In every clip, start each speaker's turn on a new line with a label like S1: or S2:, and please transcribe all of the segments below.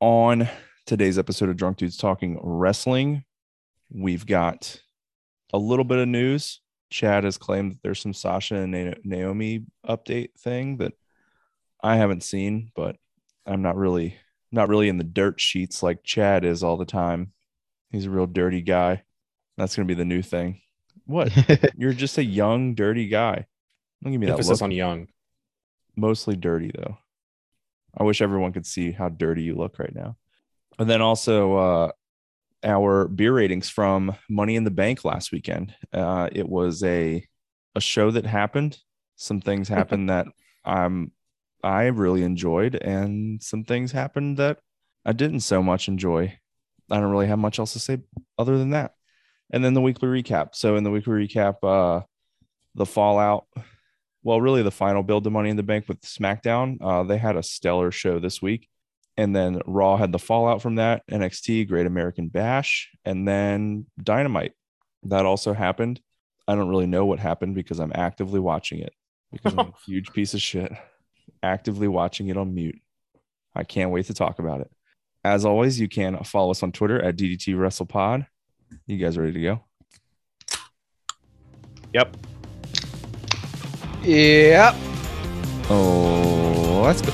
S1: On today's episode of Drunk Dudes Talking Wrestling, we've got a little bit of news. Chad has claimed that there's some Sasha and Na- Naomi update thing that I haven't seen, but I'm not really not really in the dirt sheets like Chad is all the time. He's a real dirty guy. That's gonna be the new thing. What? You're just a young, dirty guy. Don't give me that
S2: Emphasis
S1: look.
S2: on young.
S1: Mostly dirty though. I wish everyone could see how dirty you look right now. And then also uh, our beer ratings from Money in the Bank last weekend. Uh, it was a a show that happened. Some things happened that um I really enjoyed, and some things happened that I didn't so much enjoy. I don't really have much else to say other than that. And then the weekly recap. So in the weekly recap, uh, the fallout. Well, really the final build to Money in the Bank with SmackDown. Uh, they had a stellar show this week, and then Raw had the fallout from that. NXT, Great American Bash, and then Dynamite. That also happened. I don't really know what happened because I'm actively watching it because I'm a huge piece of shit actively watching it on mute. I can't wait to talk about it. As always, you can follow us on Twitter at DDT WrestlePod. You guys ready to go?
S2: Yep.
S3: Yep.
S1: Oh, let's go.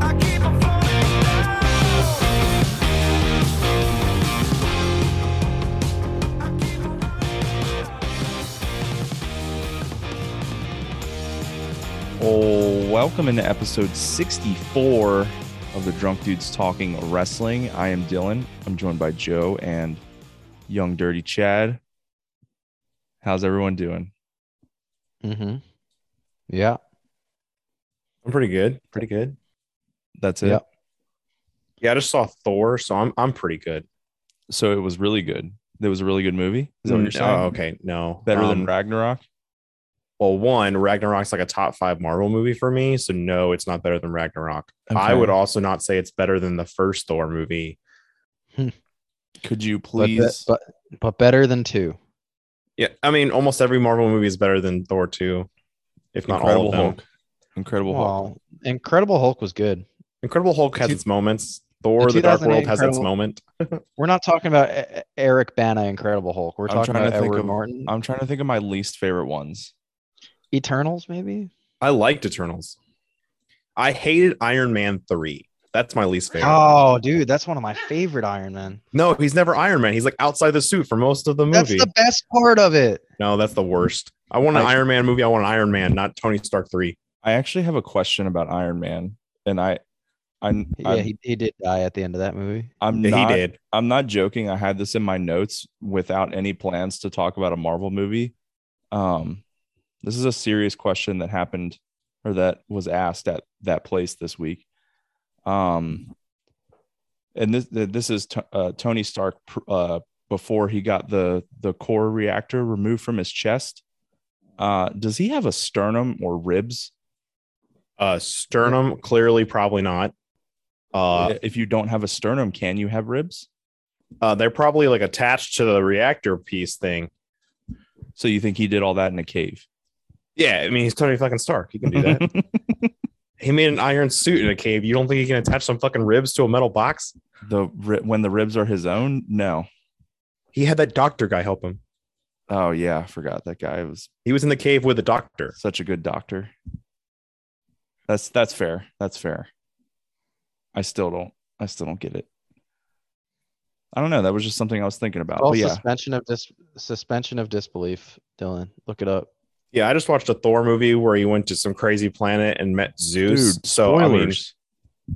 S4: I keep on falling down.
S1: Oh, welcome into episode 64 of the Drunk Dudes Talking Wrestling. I am Dylan. I'm joined by Joe and Young Dirty Chad. How's everyone doing?
S3: Mm-hmm. Yeah.
S2: I'm pretty good. Pretty good.
S1: That's it.
S3: Yep.
S2: Yeah, I just saw Thor, so I'm I'm pretty good.
S1: So it was really good. It was a really good movie. Is that what you're saying?
S2: Oh, okay. No.
S1: Mm, Better
S2: Um,
S1: than Ragnarok?
S2: well, one, Ragnarok's like a top five Marvel movie for me. So no, it's not better than Ragnarok. I
S1: Okay.
S2: would also not say it's better than the first Thor movie.
S1: Could you
S3: But, be-
S1: please?
S3: but but better than two.
S2: Yeah. I mean, almost every Marvel movie is better than Thor 2, if not all
S1: Incredible
S2: of them.
S1: Hulk. Incredible Hulk.
S3: Well, Incredible Hulk was good.
S2: Incredible Hulk has
S3: Two-
S2: its moments. Thor,
S3: the
S2: the Dark World
S3: 2008
S2: has its
S3: Incredible-
S2: moment.
S3: We're not talking about E- E- Eric Bana Incredible Hulk. We're
S1: I'm
S3: talking
S1: trying to
S3: about
S1: think
S3: Edward
S1: of-
S3: Norton.
S1: I'm trying to think of my least favorite ones.
S3: Eternals, maybe.
S2: I liked Eternals. I hated Iron Man 3. That's my least favorite.
S3: Oh, dude, that's one of my favorite Iron Man.
S2: No, he's never Iron Man. He's like outside the suit for most of the
S3: That's
S2: movie.
S3: the best part of it.
S2: no, that's the worst. I want an
S1: I-
S2: Iron Man movie. I want an Iron Man, not Tony Stark 3.
S1: I actually have a question about Iron Man, and I, I'm,
S3: Yeah,
S1: I'm,
S3: he, he did die at the end of that movie.
S1: I'm
S2: Yeah,
S1: not,
S2: he did.
S1: I'm not joking. I had this in my notes without any plans to talk about a Marvel movie. Um, this is a serious question that happened, or that was asked at that place this week. Um, and this this is t- uh, Tony Stark pr- uh, before he got the the core reactor removed from his chest. Uh, does he have a sternum or ribs?
S2: Uh, sternum, clearly, probably not. Uh,
S1: if you don't have a sternum, can you have ribs?
S2: uh, they're probably like attached to the reactor piece thing.
S1: So you think he did all that in a cave?
S2: Yeah, I mean, he's Tony fucking Stark. He can do that. he made an iron suit in a cave. You don't think he can attach some fucking ribs to a metal box?
S1: the ri- when the ribs are his own? No.
S2: He had that doctor guy help him.
S1: Oh yeah, I forgot that guy was
S2: He was in the cave with the doctor.
S1: such a good doctor. That's that's fair. That's fair. I still don't. I still don't get it. I don't know. That was just something I was thinking about.
S3: Well,
S1: but Oh, yeah,
S3: suspension of dis- suspension of disbelief. Dylan, look it up.
S2: Yeah, I just watched a Thor movie where he went to some crazy planet and met Zeus.
S1: Dude,
S2: so I mean,
S1: spoilers.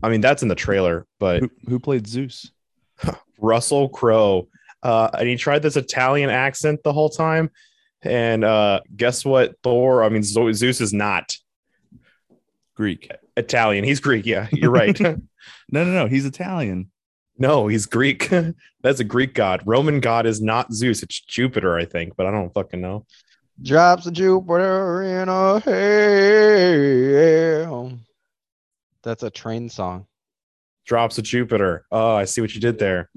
S2: I mean that's in the trailer, but
S1: who, who played Zeus?
S2: Russell Crowe, uh, and he tried this Italian accent the whole time, And uh, guess what? Thor, I mean, Zo- Zeus is not
S1: Greek.
S2: Italian. He's Greek. Yeah, you're right.
S1: No, no, no. He's Italian.
S2: no, he's Greek. That's a Greek god. Roman god is not Zeus. It's Jupiter, I think, but I don't fucking know.
S3: Drops of Jupiter in a hail. That's a train song.
S2: Drops of Jupiter. Oh, I see what you did there.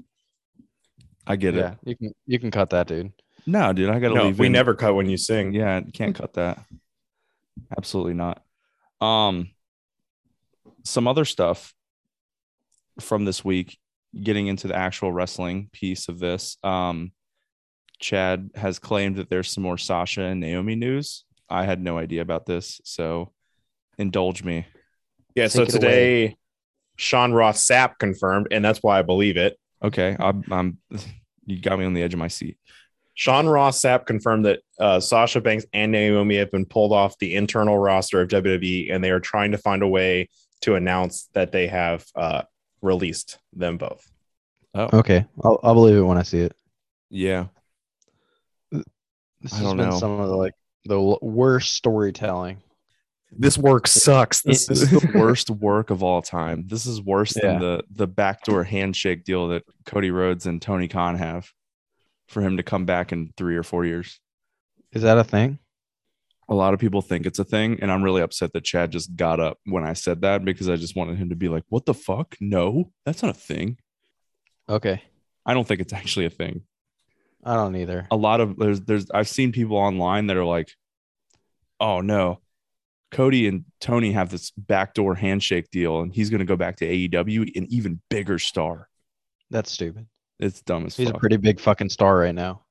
S1: I get
S3: Yeah,
S1: it.
S3: you can you can cut that, dude.
S1: No, dude, I gotta
S2: No,
S1: leave.
S2: we
S1: in-
S2: never cut when you sing.
S1: Yeah, can't cut that. Absolutely not. Um, some other stuff from this week. Getting into the actual wrestling piece of this, um, Chad has claimed that there's some more Sasha and Naomi news. I had no idea about this, so indulge me.
S2: Yeah, so
S3: Take it away.
S2: today Sean Ross Sapp confirmed, and that's why I believe it.
S1: Okay, I'm, I'm you got me on the edge of my seat.
S2: Sean Ross Sapp confirmed that uh, Sasha Banks and Naomi have been pulled off the internal roster of WWE, and they are trying to find a way to announce that they have uh, released them both.
S3: Okay, I'll, I'll believe it when I see it.
S1: Yeah,
S3: This
S1: I
S3: has
S1: don't
S3: been
S1: know.
S3: some of the like the l- worst storytelling.
S2: This work sucks.
S3: This-
S1: this is the worst work of all time. This is worse
S3: Yeah.
S1: than the the backdoor handshake deal that Cody Rhodes and Tony Khan have for him to come back in three or four years.
S3: Is that a thing?
S1: A lot of people think it's a thing, and I'm really upset that Chad just got up when I said that because I just wanted him to be like, "What the fuck? No, that's not a thing."
S3: Okay,
S1: I don't think it's actually a thing.
S3: I don't either.
S1: a lot of there's there's I've seen people online that are like, oh no, Cody and Tony have this backdoor handshake deal, and he's gonna go back to AEW an even bigger star.
S3: That's stupid.
S1: It's dumb as
S3: He's a
S1: fuck.
S3: pretty big fucking star right now.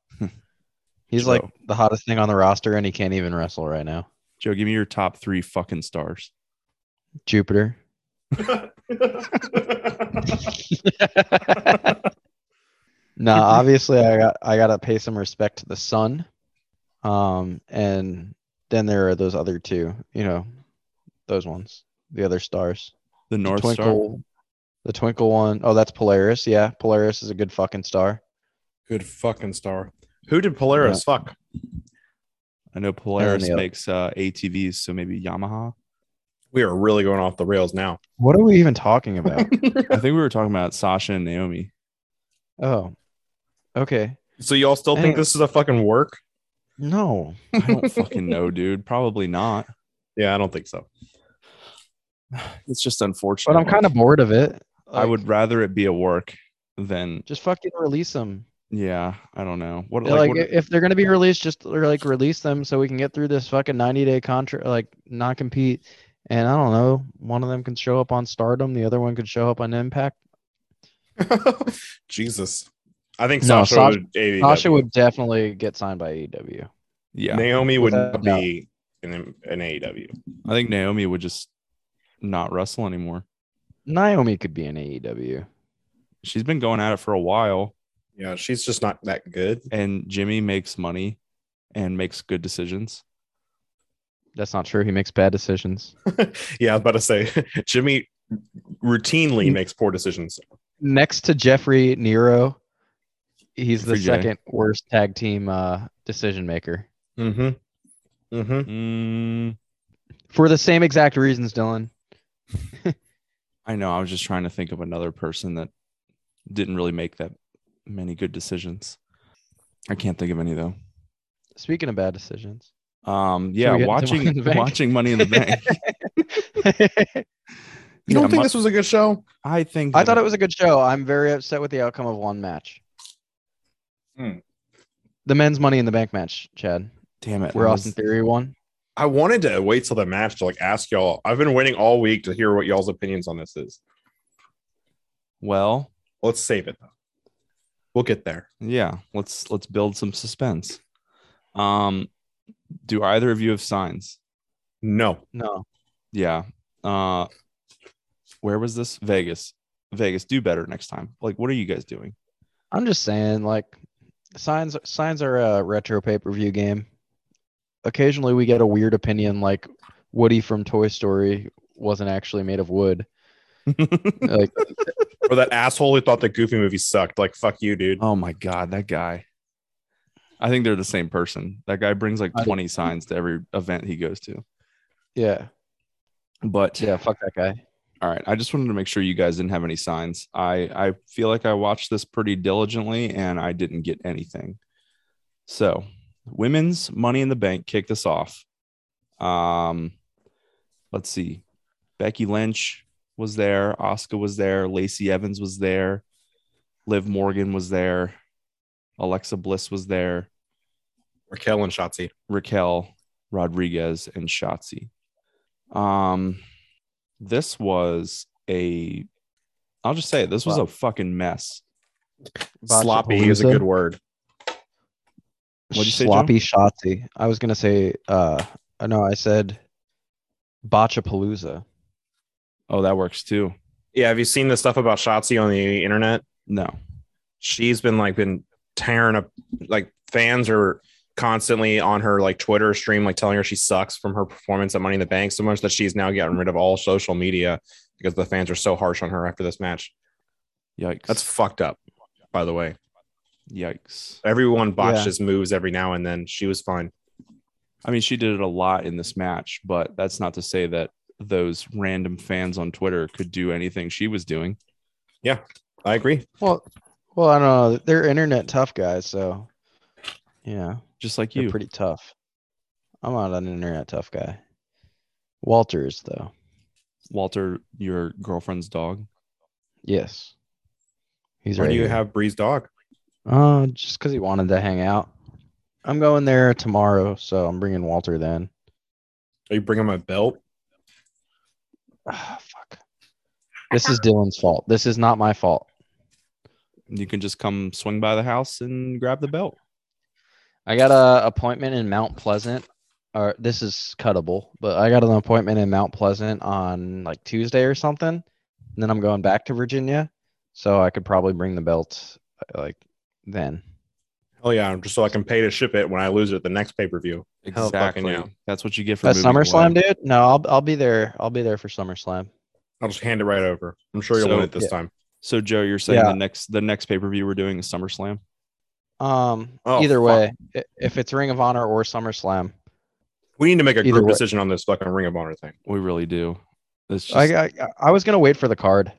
S3: He's like
S1: True.
S3: the hottest thing on the roster, and he can't even wrestle right now.
S1: Joe, give me your top three fucking stars.
S3: Jupiter. Now, obviously, I got I gotta pay some respect to the sun, um, and then there are those other two, you know, those ones, the other stars,
S1: The North
S3: the
S1: Star.
S3: twinkle, the twinkle one. Oh, that's Polaris. Yeah, Polaris is a good fucking star.
S2: Good fucking star. Who did Polaris fuck?
S1: I know Polaris
S3: the other-
S1: makes uh, ATVs, so maybe Yamaha.
S2: We are really going off the rails now.
S3: What are we even talking about?
S1: I think we were talking about Sasha and Naomi.
S3: oh, okay.
S2: So y'all still think
S3: Dang.
S2: this is a fucking work?
S3: No,
S1: I don't fucking know, dude. Probably not.
S2: Yeah, I don't think so.
S1: It's just unfortunate.
S3: but I'm kind of bored of it.
S1: I
S3: Like,
S1: would rather it be a work than
S3: just fucking release them.
S1: Yeah, I don't know. What
S3: like,
S1: like, what-
S3: if they're gonna be released, just or, like release them so we can get through this fucking ninety day contract, like not compete. And I don't know, one of them can show up on Stardom, the other one could show up on Impact.
S2: Jesus. I think
S3: No,
S2: Sasha,
S3: Sasha-
S2: would, AEW.
S3: Sasha would definitely get signed by E AEW.
S1: yeah,
S2: Naomi would
S3: Without a
S2: not
S3: doubt.
S2: be in E an AEW.
S1: I think Naomi would just not wrestle anymore.
S3: Naomi could be in E AEW.
S1: She's been going at it for a while,
S2: Yeah, she's just not that good.
S1: and Jimmy makes money and makes good decisions.
S3: That's not true. He makes bad decisions.
S2: yeah, I was about to say Jimmy routinely
S3: Mm.
S2: makes poor decisions.
S3: Next to Jeffrey Nero, he's the
S1: Jeffrey J.
S3: second worst tag team uh, decision maker
S2: Mm-hmm. Mm-hmm.
S1: Mm,
S3: for the same exact reasons, Dylan.
S1: I know. I was just trying to think of another person that didn't really make that many good decisions. I can't think of any though.
S3: Speaking of bad decisions,
S1: Um,
S3: Should we
S1: yeah,
S3: get into Money in
S1: watching
S3: the Bank?
S1: watching Money in the Bank.
S2: You
S1: Yeah,
S2: don't think
S1: Mon-
S2: this was a good show?
S1: I think
S3: I thought it was a good show. I'm very upset with the outcome of one match.
S2: Hmm.
S3: The men's Money in the Bank match, Chad,
S1: damn it.
S3: where
S1: I
S3: Austin
S1: was-
S3: Theory won.
S2: I wanted to wait till the match to like ask y'all. I've been waiting all week to hear what y'all's opinions on this is.
S1: well,
S2: Let's save it though. We'll get there.
S1: yeah let's let's build some suspense um do either of you have signs
S2: No.
S3: No,
S1: yeah uh where was this vegas vegas do better next time like what are you guys doing
S3: I'm just saying, like, signs signs are a retro pay per view game. Occasionally, we get a weird opinion, like Woody from Toy Story wasn't actually made of wood. like,
S2: or that asshole who thought the Goofy movie sucked. Like, fuck you, dude.
S1: oh my god that guy I think they're the same person. That guy brings like
S3: I-
S1: 20 signs to every event he goes to.
S3: Yeah.
S1: But
S3: Yeah. Fuck that guy.
S1: all right, I just wanted to make sure you guys didn't have any signs. I I feel like I watched this pretty diligently and I didn't get anything. So, women's Money in the Bank kicked us off. Um, let's see, Becky Lynch was there, Oscar was there, Lacey Evans was there, Liv Morgan was there, Alexa Bliss was there.
S2: Raquel and Shotzi.
S1: Raquel Rodriguez and Shotzi. Um, this was a, I'll just say it. This was a fucking mess.
S2: Sloppy is a
S3: Botchapalooza.
S2: good word.
S1: What'd you say, Joe?
S3: Sloppy Shotzi. I was gonna say. Uh, uh, no, I said. Botchapalooza.
S1: Oh, that works too.
S2: Yeah, have you seen the stuff about Shotzi on the internet?
S1: No,
S2: she's been like been tearing up like fans are constantly on her like Twitter stream like telling her she sucks from her performance at Money in the Bank so much that she's now gotten rid of all social media because the fans are so harsh on her after this match.
S1: yikes.
S2: That's fucked up, by the way.
S1: yikes.
S2: Everyone
S3: Yeah.
S2: botches moves every now and then. She was fine.
S1: I mean, she did it a lot in this match, but that's not to say that those random fans on Twitter could do anything she was doing.
S2: I agree.
S3: Well, well, I don't know. They're internet tough guys, so yeah,
S1: Just like
S3: they're
S1: you.
S3: pretty tough. I'm not an internet tough guy. Walters, though,
S1: Walter, your girlfriend's dog.
S3: yes, he's
S2: Why
S3: right.
S2: do you
S3: here.
S2: have Bree's dog?
S3: Uh, just because he wanted to hang out. I'm going there tomorrow, so I'm bringing Walter then.
S2: Are you bringing my belt?
S3: Ah, fuck. This is Dylan's fault. This is not my fault.
S1: You can just come swing by the house and grab the belt.
S3: I got a appointment in Mount Pleasant. Or this is cuttable, but I got an appointment in Mount Pleasant on like Tuesday or something. And then I'm going back to Virginia, so I could probably bring the belt uh, like then.
S2: Oh yeah, just so I can pay to ship it when I lose it at the next pay per view. Hell fucking
S1: Exactly.
S2: yeah.
S1: That's what you get for
S3: That's
S1: moving away.
S3: SummerSlam, dude. No, I'll I'll be there. I'll be there for SummerSlam.
S2: I'll just hand it right over. I'm sure you'll
S1: So-
S2: win it this
S3: Yeah.
S2: time.
S1: So Joe, you're saying
S3: Yeah.
S1: the next the next pay per view we're doing is SummerSlam.
S3: Um,
S2: Oh,
S3: either
S2: fuck.
S3: way, i- if it's Ring of Honor or SummerSlam,
S2: We need to make a
S3: Either
S2: group
S3: way.
S2: decision on this fucking Ring of Honor thing.
S1: We really do. It's just,
S3: I, I I was gonna wait for the card.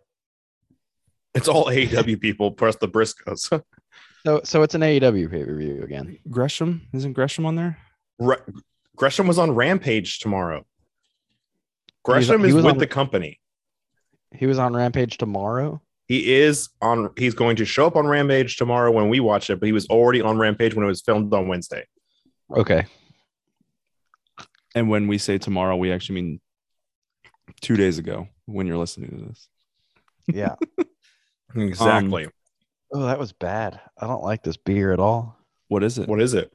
S2: It's all AEW people plus the Briscoes.
S3: So so it's an AEW pay per view again.
S1: Gresham isn't Gresham on there?
S2: Re- Gresham was on Rampage tomorrow. Gresham
S3: he
S2: is
S3: was
S2: with
S3: on-
S2: the company.
S3: He was on Rampage tomorrow.
S2: He is on. He's going to show up on Rampage tomorrow when we watch it. But he was already on Rampage when it was filmed on Wednesday.
S3: Okay,
S1: And when we say tomorrow, we actually mean two days ago when you're listening to this.
S3: yeah.
S2: Exactly.
S3: Oh, that was bad. I don't like this beer at all.
S1: What is it?
S2: what is it?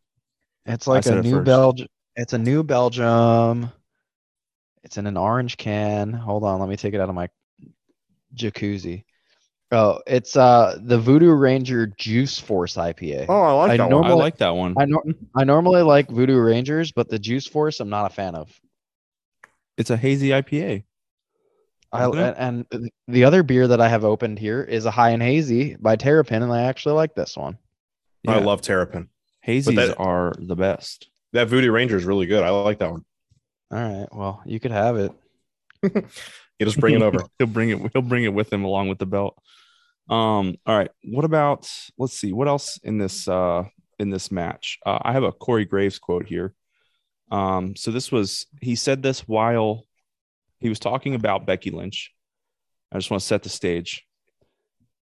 S3: It's
S1: I
S3: like
S1: said
S3: a
S1: it
S3: new
S1: first.
S3: Belgium. It's a new Belgium. It's in an orange can. Hold on, let me take it out of my jacuzzi. Oh, it's uh the Voodoo Ranger Juice Force IPA.
S2: Oh, I like
S3: I
S2: that
S3: know-
S2: one.
S1: I like that one.
S3: I nor- I normally like Voodoo Rangers, but the Juice Force I'm not a fan of.
S1: It's a hazy IPA.
S3: I
S1: Isn't it?
S3: and and the other beer that I have opened here is a High and Hazy by Terrapin, and I actually like this one.
S2: I
S1: Yeah.
S2: love Terrapin.
S1: Hazies
S2: that-
S1: are the best.
S2: That Voodoo Ranger is really good. I like that one.
S3: All right, well you could have it.
S2: You just bring it over.
S1: he'll bring it. He'll bring it with him along with the belt. Um. All right. What about? Let's see. What else in this? Uh. In this match, uh, I have a Corey Graves quote here. Um. So this was. He said this while he was talking about Becky Lynch. I just want to set the stage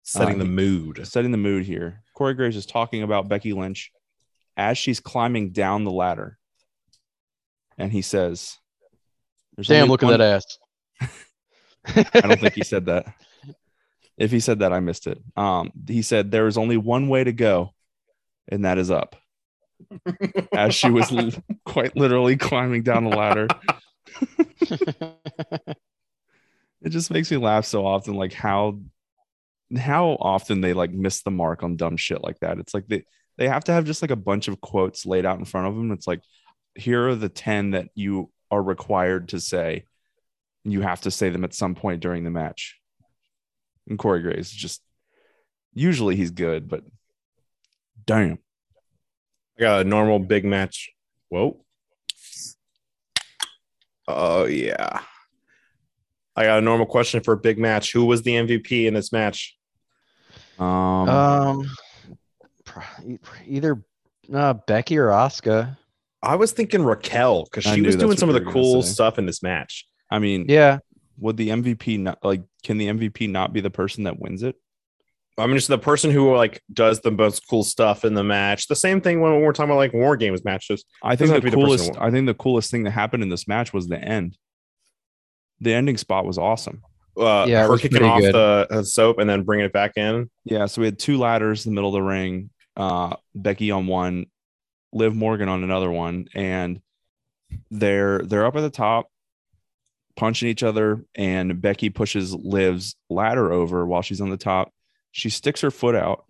S2: Setting
S1: Uh,
S2: the mood.
S1: setting the mood here. Corey Graves is talking about Becky Lynch as she's climbing down the ladder. And he says, There's
S3: Damn,
S1: only
S3: look at
S1: one-
S3: that ass.
S1: I don't think he said that. If he said that, I missed it. Um, he said, There is only one way to go, and that is up. As she was l- quite literally climbing down the ladder. It just makes me laugh so often, like how how often they like miss the mark on dumb shit like that. It's like they they have to have just like a bunch of quotes laid out in front of them. It's like here are the 10 that you are required to say. You have to say them at some point during the match. And Corey Graves just usually he's good, but damn.
S2: I got a normal big match. Whoa. Oh yeah. I got a normal question for a big match. Who was the MVP in this match? Um,
S3: Um, pro- e- either uh, Becky or Oscar.
S2: I was thinking Raquel because
S1: I
S2: she
S1: knew
S2: was
S1: that's
S2: doing some of
S1: what
S2: the
S1: you were gonna
S2: cool
S1: say.
S2: stuff in this match.
S1: I mean,
S3: Yeah,
S1: would the MVP not like? Can the MVP not be the person that wins it?
S2: I mean, just the person who like does the most cool stuff in the match. The same thing when we're talking about like war games matches.
S1: I
S2: Doesn't have
S1: think
S2: to
S1: the
S2: be the person
S1: coolest.
S2: who
S1: I think the coolest thing that happened in this match was the end. The ending spot was awesome.
S2: Uh,
S3: Yeah, it
S2: her
S3: was
S2: kicking
S3: pretty
S2: off
S3: good.
S2: the uh, soap and then bringing it back in.
S1: Yeah, so we had two ladders in the middle of the ring. Uh, Becky on one, Liv Morgan on another one, and they're they're up at the top, punching each other, and Becky pushes Liv's ladder over while she's on the top. She sticks her foot out,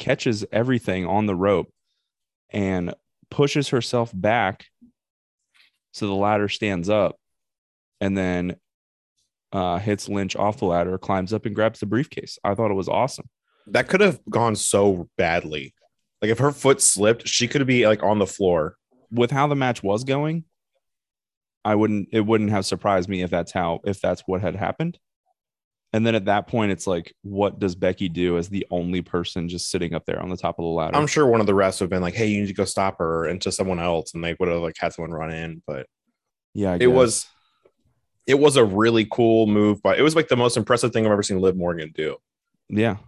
S1: catches everything on the rope, and pushes herself back so the ladder stands up, and then uh, hits Lynch off the ladder, climbs up and grabs the briefcase. I thought it was awesome.
S2: That could have gone so badly. Like if her foot slipped, she could be like on the floor.
S1: With how the match was going, I wouldn't it wouldn't have surprised me if that's how if that's what had happened. And then at that point, it's like, what does Becky do as the only person just sitting up there on the top of the ladder?
S2: I'm sure one of the refs would have been like, "Hey, you need to go stop her," and to someone else, and they would have like had someone run in. But
S1: yeah, I
S2: it
S1: guess.
S2: was, it was a really cool move. But it was like the most impressive thing I've ever seen Liv Morgan do.
S1: yeah,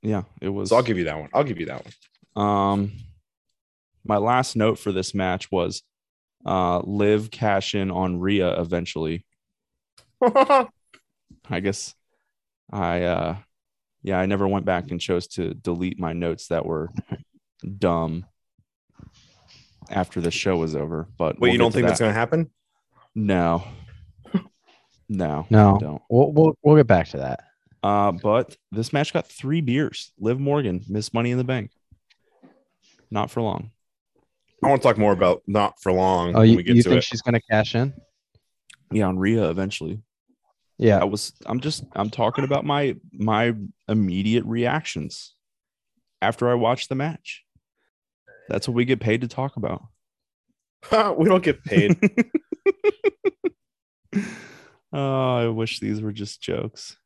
S1: yeah, it was.
S2: So I'll give you that one. I'll give you that one.
S1: Um, my last note for this match was, uh, Liv cash in on Rhea eventually. I guess I uh yeah, I never went back and chose to delete my notes that were dumb after the show was over. But
S2: Wait,
S1: we'll
S2: you
S1: get
S2: don't
S1: to
S2: think
S1: that.
S2: that's going to happen?
S1: No. No.
S3: No.
S1: I don't.
S3: we'll we'll, we'll get back to that.
S1: Uh but this match got three beers. Liv Morgan missed money in the bank. Not for long.
S2: I want to talk more about not for long
S3: Oh,
S2: when
S3: you,
S2: we get
S3: you
S2: to
S3: think
S2: it.
S3: she's gonna cash in?
S1: Yeah, on Rhea eventually. I
S3: Yeah,
S1: was I'm just I'm talking about my my immediate reactions after I watched the match. That's what we get paid to talk about.
S2: we don't get paid.
S1: oh, I wish these were just jokes.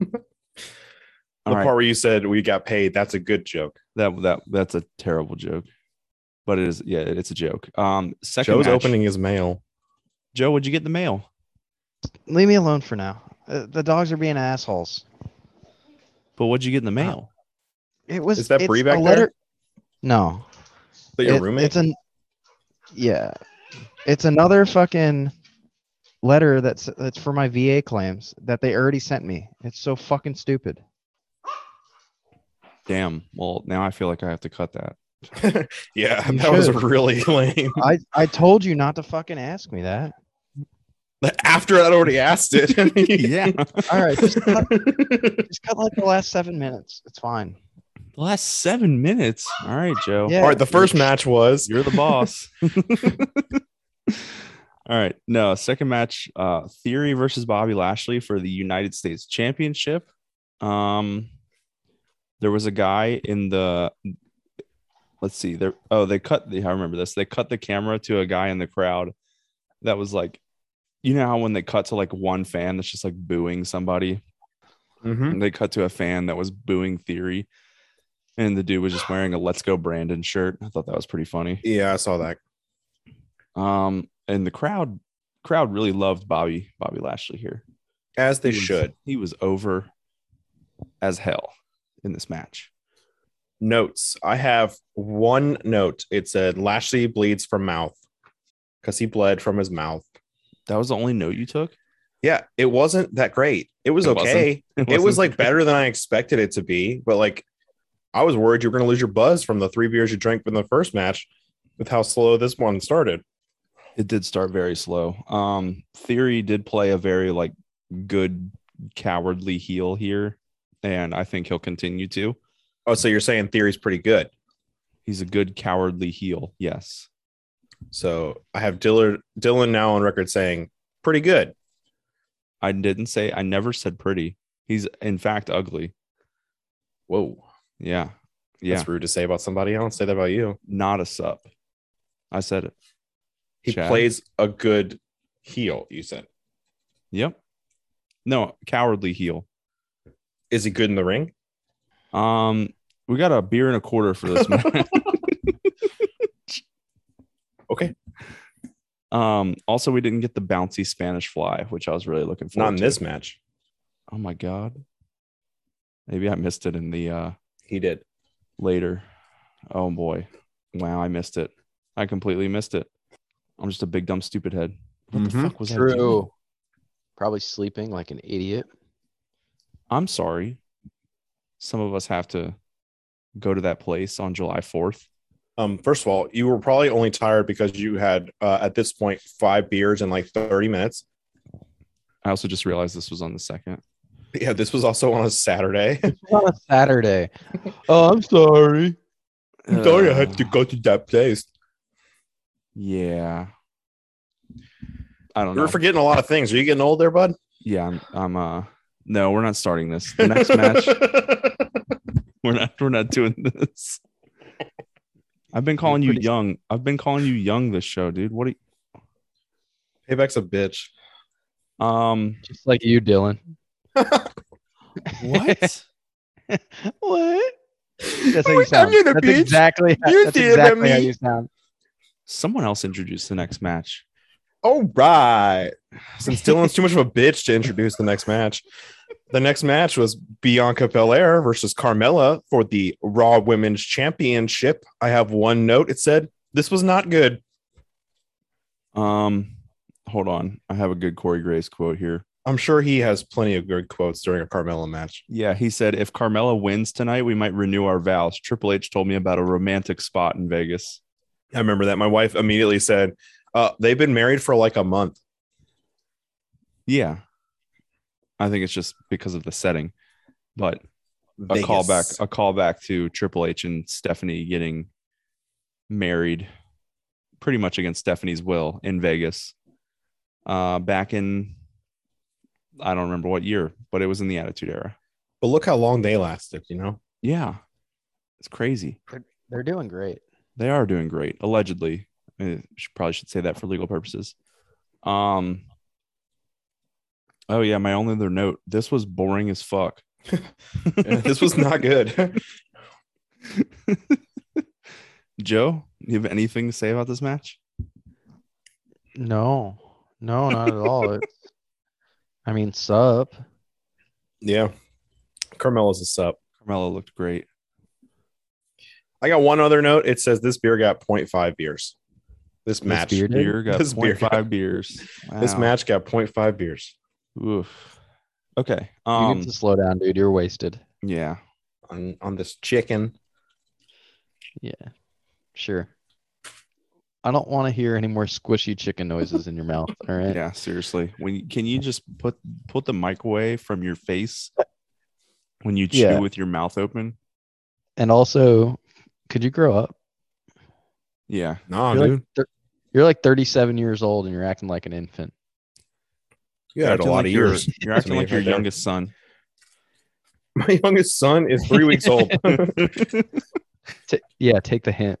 S2: the
S1: All right,
S2: part where you said we got paid, that's a good joke.
S1: that that that's a terrible joke, but it is yeah, it's a joke. Um, second
S2: Joe's
S1: match.
S2: opening his mail.
S1: Joe, would you get in the mail?
S3: leave me alone for now. Uh, the dogs are being assholes.
S1: But what'd you get in the mail?
S3: It was
S2: Is that
S3: it's
S2: Bree
S3: a
S2: back there?
S3: No,
S2: Is that your
S3: It-
S2: roommate?
S3: It's an yeah, it's another fucking letter that's that's for my VA claims that they already sent me. It's so fucking stupid.
S1: Damn. Well, now I feel like I have to cut that.
S2: yeah,
S3: You
S2: that was
S3: should.
S2: really lame.
S3: I I told you not to fucking ask me that.
S2: After I'd already asked it.
S3: All right, just cut, just cut like the last seven minutes. It's fine.
S1: The last seven minutes. All right, Joe.
S3: Yeah.
S2: All right, the first match was
S1: You're the boss. All right. No, second match, uh, Theory versus Bobby Lashley for the United States Championship. Um, there was a guy in the let's see, there oh, they cut the I remember this. They cut the camera to a guy in the crowd that was like, you know how when they cut to like one fan that's just like booing somebody,
S2: Mhm.
S1: and they cut to a fan that was booing Theory, and the dude was just wearing a Let's Go Brandon shirt. I thought that was pretty funny.
S2: Yeah, I saw that.
S1: Um, and the crowd crowd really loved Bobby Bobby Lashley here.
S2: As they
S1: He was-
S2: should.
S1: He was over as hell in this match.
S2: Notes. I have one note. It said Lashley bleeds from mouth because he bled from his mouth.
S1: That was the only note you took.
S2: Yeah, it wasn't that great. It was
S1: It wasn't.
S2: okay. it was
S1: wasn't-
S2: like better than I expected it to be, but like I was worried you were going to lose your buzz from the three beers you drank from the first match with how slow this one started.
S1: it did start very slow. Um, Theory did play a very like good cowardly heel here, and I think he'll continue to.
S2: Oh, so you're saying theory's pretty good.
S1: He's a good cowardly heel. Yes.
S2: So I have Dillard, Dylan now on record saying pretty good.
S1: I didn't say I never said pretty. He's in fact ugly.
S2: Whoa.
S1: Yeah. Yeah,
S2: That's rude to say about somebody. I don't say that about you.
S1: not a sup. I said it.
S2: He
S1: Chad?
S2: plays a good heel, you said.
S1: Yep. No, cowardly heel.
S2: Is he good in the ring?
S1: Um, we got a beer and a quarter for this man.
S2: Okay.
S1: um, also we didn't get the bouncy Spanish fly, which I was really looking for.
S2: Not in this match.
S1: Oh my god. Maybe I missed it in the uh
S2: He did.
S1: later. Oh boy. Wow, I missed it. I completely missed it. I'm just a big dumb stupid head. What
S2: Mhm.
S1: the fuck was I doing?
S3: True. Probably sleeping like an idiot.
S1: I'm sorry. Some of us have to go to that place on July 4th.
S2: Um, first of all, you were probably only tired because you had uh, at this point five beers in like 30 minutes.
S1: I also just realized this was on the second.
S2: Yeah, this was also on a Saturday.
S1: Uh,
S3: On a Saturday. oh, I'm sorry.
S2: Sorry, I
S1: Uh,
S2: had to go to that place.
S1: Yeah. I don't
S2: You were
S1: know.
S2: forgetting a lot of things. Are you getting old there, bud?
S1: yeah, I'm, I'm uh no, we're not starting this. The next match, we're not we're not doing this. I've been calling you
S3: pretty-
S1: young. I've been calling you young this show, dude. What do
S2: Payback's a bitch.
S1: you um
S3: Just like you, Dylan.
S1: what?
S3: What? That's how you sound.
S2: I'm not a
S3: that's
S2: bitch.
S3: exactly, how,
S2: You
S3: that's
S2: did that
S3: exactly how
S2: me.
S3: you sound.
S1: Someone else introduced the next match.
S2: All right. Since Dylan's too much of a bitch to introduce the next match, the next match was Bianca Belair versus Carmella for the Raw Women's Championship. I have one note. It said, This was not good.
S1: Um hold on. I have a good Corey Grace quote here.
S2: I'm sure he has plenty of good quotes during a Carmella match.
S1: Yeah, he said if Carmella wins tonight, we might renew our vows. Triple H told me about a romantic spot in Vegas.
S2: I remember that. My wife immediately said, uh, They've been married for like a month.
S1: Yeah. I think it's just because of the setting. But a
S2: Vegas.
S1: callback, a callback to Triple H and Stephanie getting married pretty much against Stephanie's will in Vegas. Uh back in I don't remember what year, but it was in the Attitude Era.
S2: But look how long they lasted, you know?
S1: Yeah. It's crazy.
S3: They're doing great.
S1: they are doing great allegedly I should, probably should say that for legal purposes um oh yeah my only other note this was boring as fuck
S2: this was not good.
S1: joe you have anything to say about this match
S3: No, no, not at all. It's, I mean, sup.
S2: yeah. Carmella's a sub.
S1: carmelo looked great
S2: I got one other note. It says this beer got 0.5 beers. This match.
S3: beer did?
S1: beer got
S2: This beer
S1: 0.5
S2: got-
S1: beers
S2: This
S1: Wow.
S2: match got 0.5 beers.
S1: Oof. okay
S3: You
S1: um
S3: need to slow down, dude. You're wasted.
S1: yeah
S2: On, on this chicken.
S3: Sure. I don't want to hear any more squishy chicken noises in your mouth. All right.
S1: yeah seriously when can you just put put the mic away from your face when you chew
S3: Yeah.
S1: with your mouth open
S3: And also, could you grow up?
S1: yeah
S2: Nah,
S3: You're
S2: dude.
S3: like, thir- you're like 37 years old and you're acting like an infant.
S2: you had a
S1: acting
S2: lot
S1: like
S2: of
S1: your-
S2: years.
S1: You're
S2: to
S1: acting
S2: me
S1: like your
S2: right there.
S1: youngest son.
S2: My youngest son is three weeks old. I
S3: Ta- yeah, take the hint.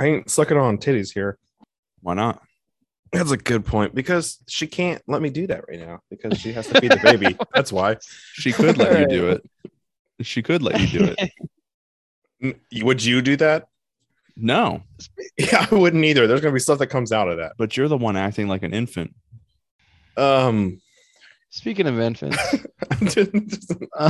S2: ain't sucking on titties here.
S1: Why not?
S2: That's a good point because she can't let me do that right now because she has to feed the baby. That's why.
S1: She could let you do it. She could let you do it.
S2: N- Would you do that?
S1: No,
S2: Yeah, I wouldn't either. There's gonna be stuff that comes out of that.
S1: but you're the one acting like an infant.
S2: Um,
S3: Speaking of infants,
S2: I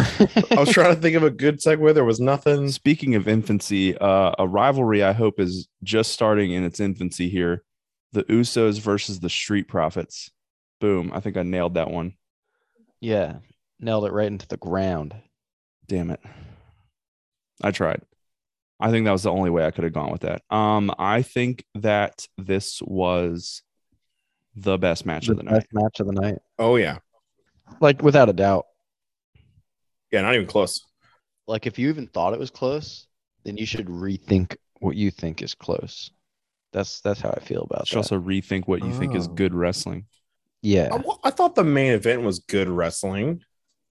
S2: was
S3: uh,
S2: trying to think of a good segue. There was nothing.
S1: Speaking of infancy, uh, a rivalry I hope is just starting in its infancy here. The Usos versus the Street Profits. Boom. I think I nailed that one.
S3: yeah, nailed it right into the ground.
S1: Damn it. I tried. I think that was the only way I could have gone with that. Um, I think that this was the best match
S3: The
S1: of the night.
S3: best match of the night.
S2: Oh yeah,
S3: Like, without a doubt.
S2: yeah, not even close.
S3: like if you even thought it was close, then you should rethink what you think is close. That's that's how I feel about
S1: should
S3: that.
S1: also rethink what you think is
S2: Oh.
S1: good wrestling.
S2: I,
S3: yeah,
S2: well, I thought the main event was good wrestling.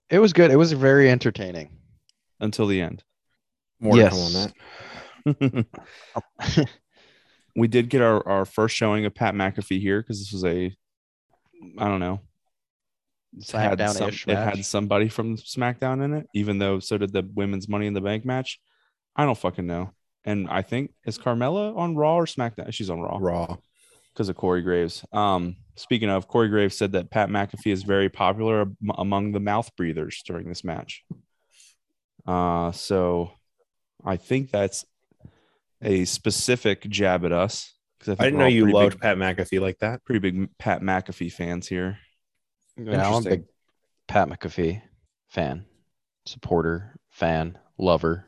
S3: it was good. It was very entertaining.
S1: until the end.
S2: More to come
S3: Yes.
S2: on that.
S1: we did get our, our first showing of Pat McAfee here because this was a, I don't know, it had, some-
S3: Smackdown-ish
S1: it
S3: match.
S1: had somebody from SmackDown in it, even though so did the women's Money in the Bank match. I don't fucking know. And I think is Carmella on Raw or SmackDown? She's on Raw
S2: Raw.
S1: because of Corey Graves. Um, speaking of, Corey Graves said that Pat McAfee is very popular am- among the mouth breathers during this match. Uh, so I think that's a specific jab at us because
S2: I didn't know you loved Pat McAfee like that.
S1: pretty big Pat McAfee fans here.
S3: Yeah, I'm a
S1: Interesting.
S3: big Pat McAfee fan, supporter, fan, lover.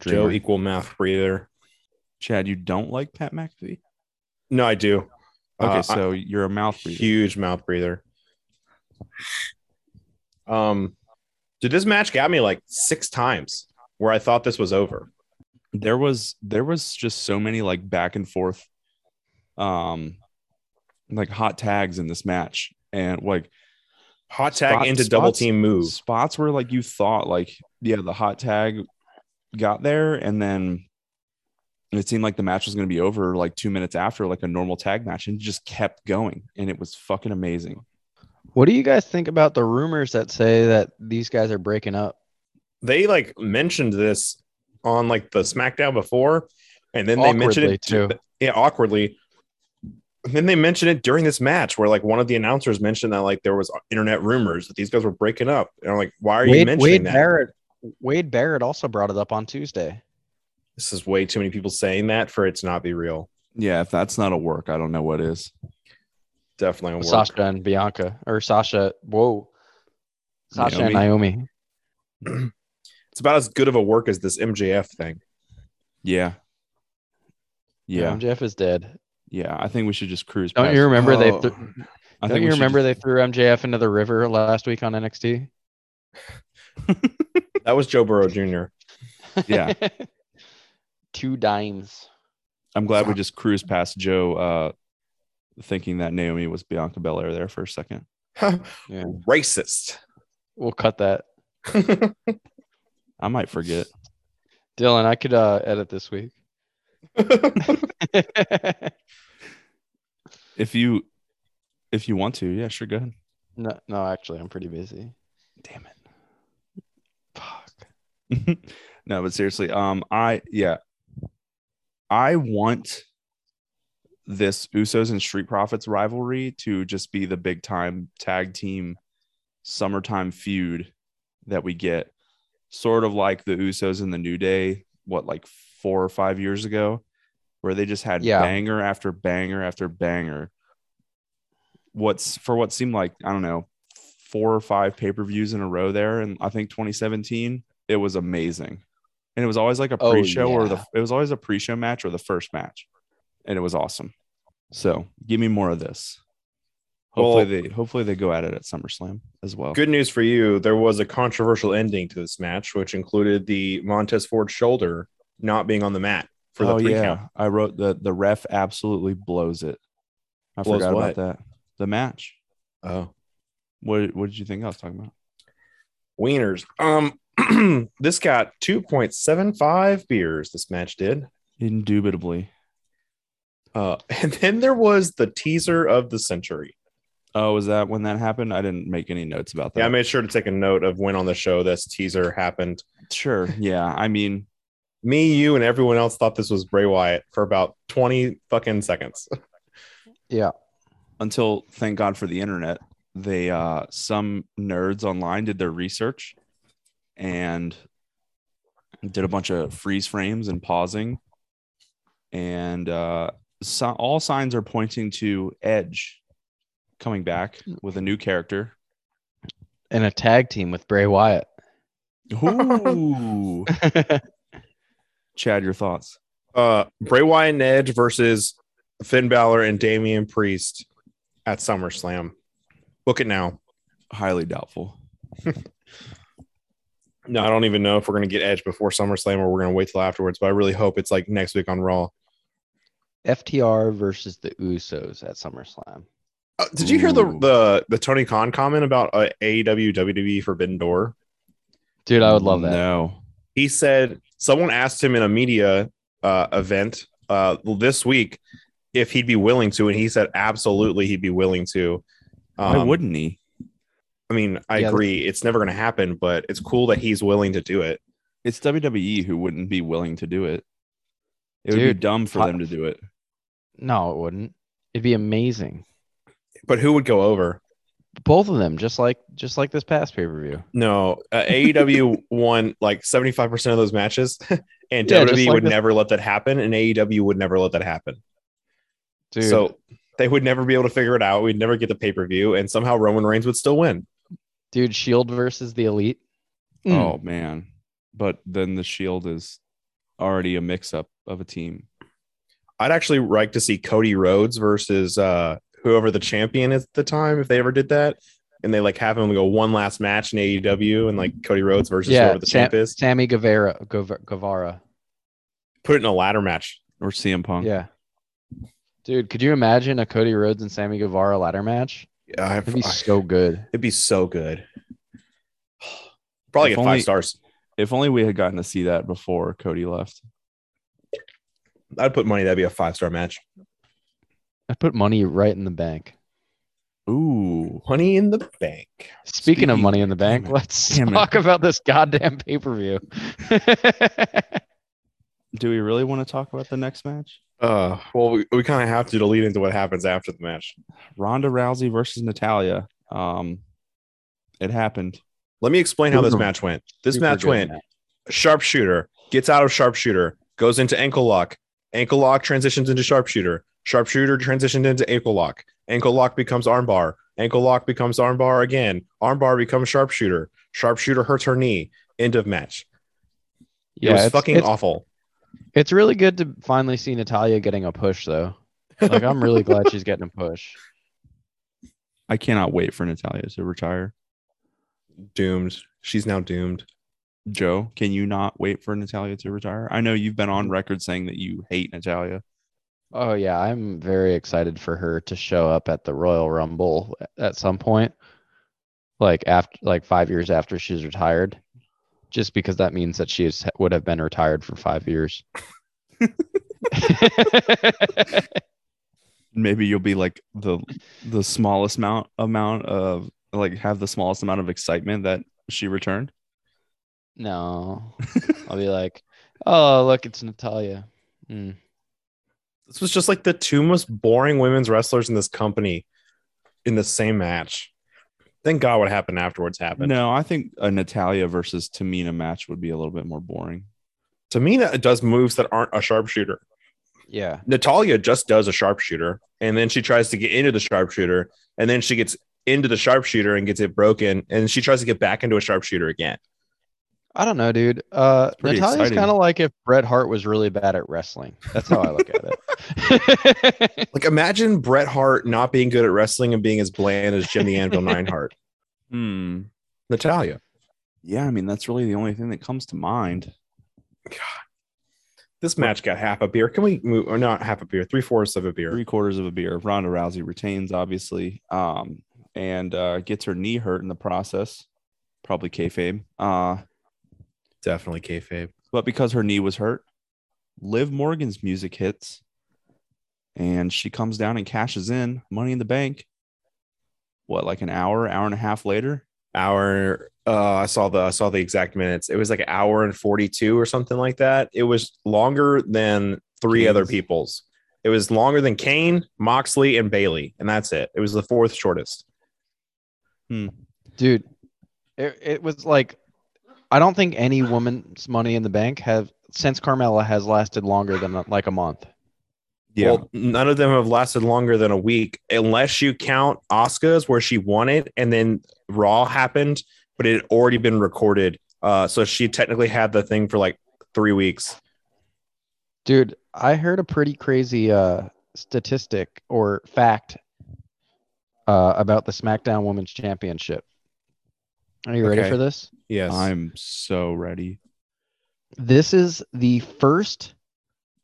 S2: Joe
S3: dreamer.
S2: equal mouth breather.
S1: Chad, you don't like Pat McAfee?
S2: No, I do.
S1: Okay,
S2: Uh,
S1: so you're a mouth breather.
S2: huge mouth breather. Um, dude, this match got me like six times where I thought this was over.
S1: there was there was just so many like back and forth um like hot tags in this match and like
S2: Hot tag
S1: Spot-
S2: into double
S1: spots-
S2: team move.
S1: spots where like you thought like yeah the hot tag got there and then it seemed like the match was going to be over like two minutes after like a normal tag match and it just kept going and it was fucking amazing
S3: What do you guys think about the rumors that say that these guys are breaking up?
S2: They like mentioned this on like the SmackDown before, and then they mentioned it
S3: Awkwardly, too.
S2: Yeah, awkwardly. And then they mentioned it during this match where like one of the announcers mentioned that like there was internet rumors that these guys were breaking up. And I'm like, why are you
S3: Wade,
S2: mentioning
S3: Wade
S2: that?
S3: Barrett. Wade Barrett also brought it up on Tuesday.
S2: This is way too many people saying that for it to not be real.
S1: yeah if that's not a work i don't know what is
S2: Definitely a work.
S3: Sasha and Bianca, or Sasha. Whoa, Sasha and Naomi.
S2: It's about as good of a work as this MJF thing.
S1: yeah yeah
S3: MJF is dead.
S1: yeah i think we should just cruise
S3: Don't
S1: past
S3: you
S1: it.
S3: remember they?
S2: Oh.
S3: Th-
S1: I
S3: don't
S1: think we
S3: you
S1: should
S3: remember
S1: just-
S3: they threw MJF into the river last week on NXT?
S2: That was Joe Burrow Jr.
S1: Yeah.
S3: Two dimes.
S1: I'm glad we just cruised past Joe uh, thinking that Naomi was Bianca Belair there for a second.
S3: Yeah.
S2: Racist.
S3: We'll cut that.
S1: I might forget.
S3: Dylan, I could uh, edit this week.
S1: If you if you want to, yeah, sure, go ahead.
S3: no, no, actually, I'm pretty busy. Damn it. Fuck.
S1: no, but seriously, um, I yeah, I want this Usos and Street Profits rivalry to just be the big time tag team summertime feud that we get, sort of like the Usos and the New Day, what like four or five years ago, where they just had
S3: Yeah.
S1: banger after banger after banger. What's for what seemed like I don't know four or five pay per views in a row there, and I think 2017 it was amazing. And it was always like a
S3: Oh,
S1: pre-show or the
S3: yeah.
S1: it was always a pre-show match or the first match. And it was awesome. So give me more of this. Hopefully
S2: Well-
S1: they hopefully they go at it at SummerSlam as well.
S2: Good news for you. There was a controversial ending to this match, which included the Montez Ford shoulder not being on the mat for the
S1: oh
S2: three
S1: yeah,
S2: count.
S1: I wrote the the ref absolutely blows it. I
S2: Blows
S1: forgot
S2: what?
S1: about that. The match.
S2: Oh.
S1: What what did you think I was talking about?
S2: Wieners. Um, this got 2.75 beers, this match did.
S1: Indubitably.
S2: Uh, and then there was the teaser of the century.
S1: Oh, was that when that happened? I didn't make any notes about that.
S2: Yeah, I made sure to take a note of when on the show this teaser happened.
S1: sure. Yeah, I mean,
S2: Me, you, and everyone else thought this was Bray Wyatt for about 20 fucking seconds.
S1: until thank God for the internet, they uh some nerds online did their research and did a bunch of freeze frames and pausing. And uh so all signs are pointing to Edge coming back with a new character.
S3: And a tag team with Bray Wyatt.
S1: Ooh. Chad, your thoughts.
S2: Uh, Bray Wyatt and Edge versus Finn Balor and Damian Priest at SummerSlam. Book it now.
S1: Highly doubtful.
S2: No, I don't even know if we're going to get Edge before SummerSlam or we're going to wait till afterwards, but I really hope it's like next week on Raw.
S3: FTR versus the Usos at SummerSlam.
S2: Uh, did you hear the,
S1: Ooh.
S2: the the Tony E Khan comment about uh, AEW WWE Forbidden Door?
S3: Dude, I would love that.
S1: No.
S2: He said someone asked him in a media uh, event uh, this week if he'd be willing to, and he said absolutely he'd be willing to.
S1: Why
S2: Um,
S1: wouldn't he?
S2: I mean, I
S3: Yeah.
S2: agree. It's never going to happen, but it's cool that he's willing to do it.
S1: It's WWE who wouldn't be willing to do it. It would be
S3: Dude,
S1: dumb for
S3: I-
S1: them to do it.
S3: No, it wouldn't. It'd be amazing.
S2: But who would go over?
S3: Both of them, just like just like this past pay per view.
S2: No, uh, AEW won like 75% of those matches, and
S3: Yeah, just
S2: WWE
S3: like
S2: would
S3: this-
S2: never let that happen, and AEW would never let that happen.
S3: Dude,
S2: So they would never be able to figure it out. We'd never get the pay per view, and somehow Roman Reigns would still win.
S3: dude, Shield E versus the Elite. Mm.
S1: Oh man. But then the Shield is already a mix up of a team.
S2: I'd actually like to see Cody Rhodes versus uh, whoever the champion is at the time if they ever did that. And they like have him go one last match in AEW and like Cody Rhodes versus
S3: yeah,
S2: whoever the
S3: Sam-
S2: champ is.
S3: Sammy Guevara. Guev- Guevara.
S2: Put it in a ladder match.
S1: Or CM Punk.
S3: Yeah. Dude, could you imagine a Cody Rhodes and Sammy Guevara ladder match?
S2: Yeah, I've-
S3: That'd be so good.
S2: it'd be so good. Probably
S1: If
S2: get
S1: only-
S2: five stars.
S1: If only we had gotten to see that before Cody left.
S2: I'd put money that'd be a five star match.
S3: I'd put money right in the bank.
S1: Ooh.
S2: Money in the bank.
S3: Speaking, of
S1: Speaking-
S3: money in the bank,
S1: damn it,
S3: let's
S1: damn it.
S3: talk about this goddamn pay per view.
S1: Do we really want to talk about the next match?
S2: Uh, well, we, we kind of have to delete into what happens after the match.
S1: Ronda Rousey versus Natalia. Um it happened.
S2: Let me explain how this
S1: Super-
S2: match went. This match went sharpshooter gets out of sharpshooter goes into ankle lock ankle lock transitions into sharpshooter sharpshooter transitioned into ankle lock ankle lock becomes armbar ankle lock becomes armbar again armbar becomes sharpshooter sharpshooter hurts her knee end of match it was
S3: it's,
S2: fucking
S3: it's,
S2: awful
S3: it's really good to finally see Natalia getting a push, though. Like, I'm really glad she's getting a push.
S1: I cannot wait for Natalia to retire.
S2: doomed she's now doomed
S1: Joe, can you not wait for Natalia to retire? I know you've been on record saying that you hate Natalia.
S3: Oh, yeah. I'm very excited for her to show up at the Royal Rumble at some point, like, after, like five years after she's retired, just because that means that she is, would have been retired for five years.
S1: Maybe you'll be like the the smallest amount amount of like have the smallest amount of excitement that she returned.
S3: No. I'll be like, oh, look, it's Natalia. Mm.
S2: this was just like the two most boring women's wrestlers in this company in the same match thank god what happened afterwards happened
S1: No, I think a Natalia versus Tamina match would be a little bit more boring.
S2: to me that does moves that aren't a sharpshooter
S3: Yeah.
S2: Natalia just does a sharpshooter and then she tries to get into the sharpshooter and then she gets into the sharpshooter and gets it broken and she tries to get back into a sharpshooter again.
S3: I don't know, dude. Uh,
S1: pretty
S3: Natalia's
S1: exciting.
S3: kind of like if Bret Hart was really bad at wrestling. That's how I look at it.
S2: Like imagine Bret Hart not being good at wrestling and being as bland as Jim the Anvil Neidhart.
S1: Hmm.
S2: Natalia.
S1: Yeah, I mean that's really the only thing that comes to mind.
S2: This match got half a beer. Can we move or not half a beer, three fourths of a beer.
S1: Three quarters of a beer. Ronda Rousey retains, obviously, um, and uh, gets her knee hurt in the process, probably kayfabe. Uh,
S2: Definitely kayfabe.
S1: but because her knee was hurt, Liv Morgan's music hits, and she comes down and cashes in Money in the Bank. What, like an hour, hour and a half later?
S2: Hour uh I saw the I saw the exact minutes. It was like an hour and 42 or something like that. It was longer than three
S1: Kane's.
S2: other people's. It was longer than Kane, Moxley, and Bailey, and that's it. It was the fourth shortest.
S1: Hmm.
S3: dude, it, it was like, I don't think any woman's money in the bank have since Carmella has lasted longer than like a month.
S1: Yeah,
S2: Well, none of them have lasted longer than a week, unless you count Oscar's where she won it, and then Raw happened, but it had already been recorded. Uh, so she technically had the thing for like three weeks.
S3: Dude, I heard a pretty crazy uh, statistic or fact uh, about the SmackDown Women's Championship. Are you ready
S1: Okay.
S3: for this?
S2: Yes,
S1: I'm so ready.
S3: This is the first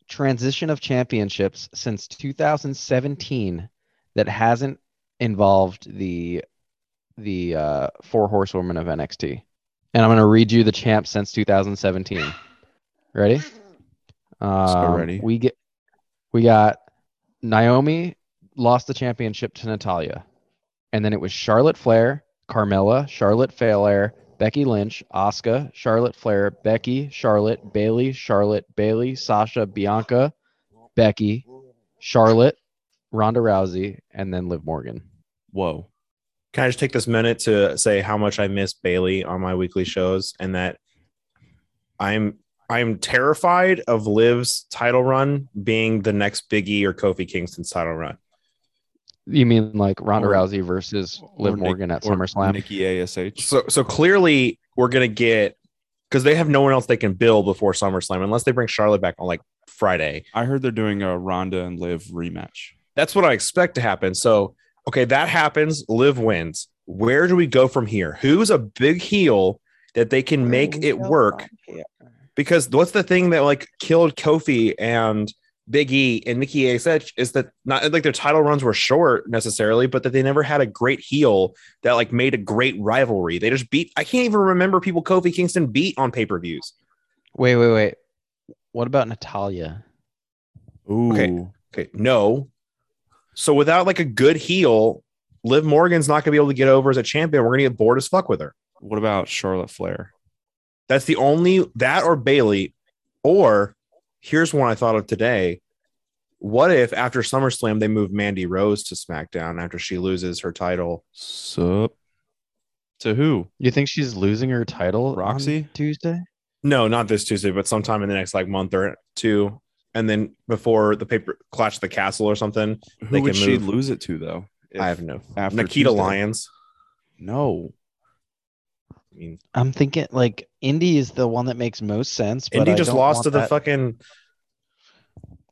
S3: transition of championships since 2017 that hasn't involved the the uh, four horsewomen of NXT. and I'm gonna read you the champ since 2017. Ready? Um,
S1: ready.
S3: We get we got Naomi lost the championship to Natalia, and then it was Charlotte Flair, Carmella, Charlotte Flair, Becky Lynch, Oscar, Charlotte Flair, Becky, Charlotte, Bailey, Charlotte, Bailey, Sasha, Bianca, Becky, Charlotte, Ronda Rousey, and then Liv Morgan.
S1: Whoa.
S2: Can I just take this minute to say how much I miss Bailey on my weekly shows and that I'm I'm terrified of Liv's title run being the next Big E or Kofi Kingston's title run.
S3: You mean like Ronda
S1: Or-
S3: Rousey versus Liv
S1: Or Nick-
S3: Morgan at
S1: or
S3: SummerSlam?
S1: Nikki ASH.
S2: So so clearly we're gonna get because they have no one else they can build before SummerSlam unless they bring Charlotte back on like Friday.
S1: I heard they're doing a Ronda and Liv rematch.
S2: That's what I expect to happen. So okay, that happens. Liv wins. Where do we go from here? Who's a big heel that they can make it work? because what's the thing that like killed Kofi and Big E and Nikki ASH is that not like their title runs were short necessarily, but that they never had a great heel that like made a great rivalry. They just beat. I can't even remember people Kofi Kingston beat on pay per views.
S3: Wait, wait, wait. What about Natalia?
S1: Ooh.
S2: Okay, no. So without like a good heel, Liv Morgan's not gonna be able to get over as a champion. We're gonna get bored as fuck with her.
S1: What about Charlotte Flair?
S2: That's the only that or Bailey. Or here's one I thought of today. What if after SummerSlam they move Mandy Rose to SmackDown after she loses her title?
S1: Sup. To who?
S3: You think she's losing her title on
S1: Roxy?
S3: Tuesday?
S2: No, not this Tuesday, but sometime in the next like month or two. And then before the paper Clash of the Castle or something,
S1: Who
S2: They
S1: would
S2: can
S1: she
S2: move.
S1: lose it to though?
S2: I have no
S1: After
S2: Nikita
S1: Tuesday?
S2: Lyons.
S1: No.
S2: I mean,
S3: I'm thinking like Indy is the one that makes most sense. But
S2: Indy
S3: I
S2: just
S3: don't want
S2: lost to the
S3: that-
S2: fucking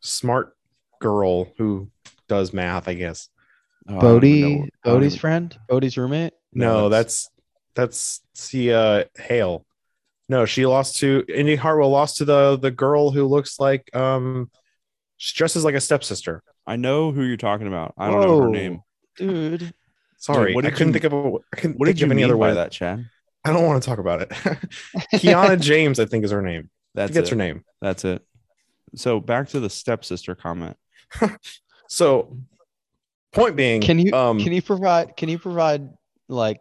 S2: smart girl who does math, I guess.
S1: Oh, I don't even know-
S3: Bodie,
S1: I don't
S3: Bodie's
S1: even-
S3: friend, Bodie's roommate.
S2: No, that's that's see uh Hale. No, she lost to Indy Hartwell lost to the the girl who looks like um she dresses like a stepsister.
S1: I know who you're talking about. I don't know her
S3: Whoa.
S1: name.
S3: Dude,
S2: Sorry,
S1: what
S2: I
S1: did
S2: couldn't
S1: you-
S2: think of a I couldn't
S1: What
S2: think
S1: did you
S2: of
S1: mean
S2: any other
S1: by
S2: way.
S1: that, Chad?
S2: I don't want to talk about it. Kiana James, I think is her name. I
S1: That's
S2: think that's
S1: it.
S2: her name.
S1: That's it. So back to the stepsister comment.
S2: So point being
S3: can you
S2: um
S3: can you provide can you provide like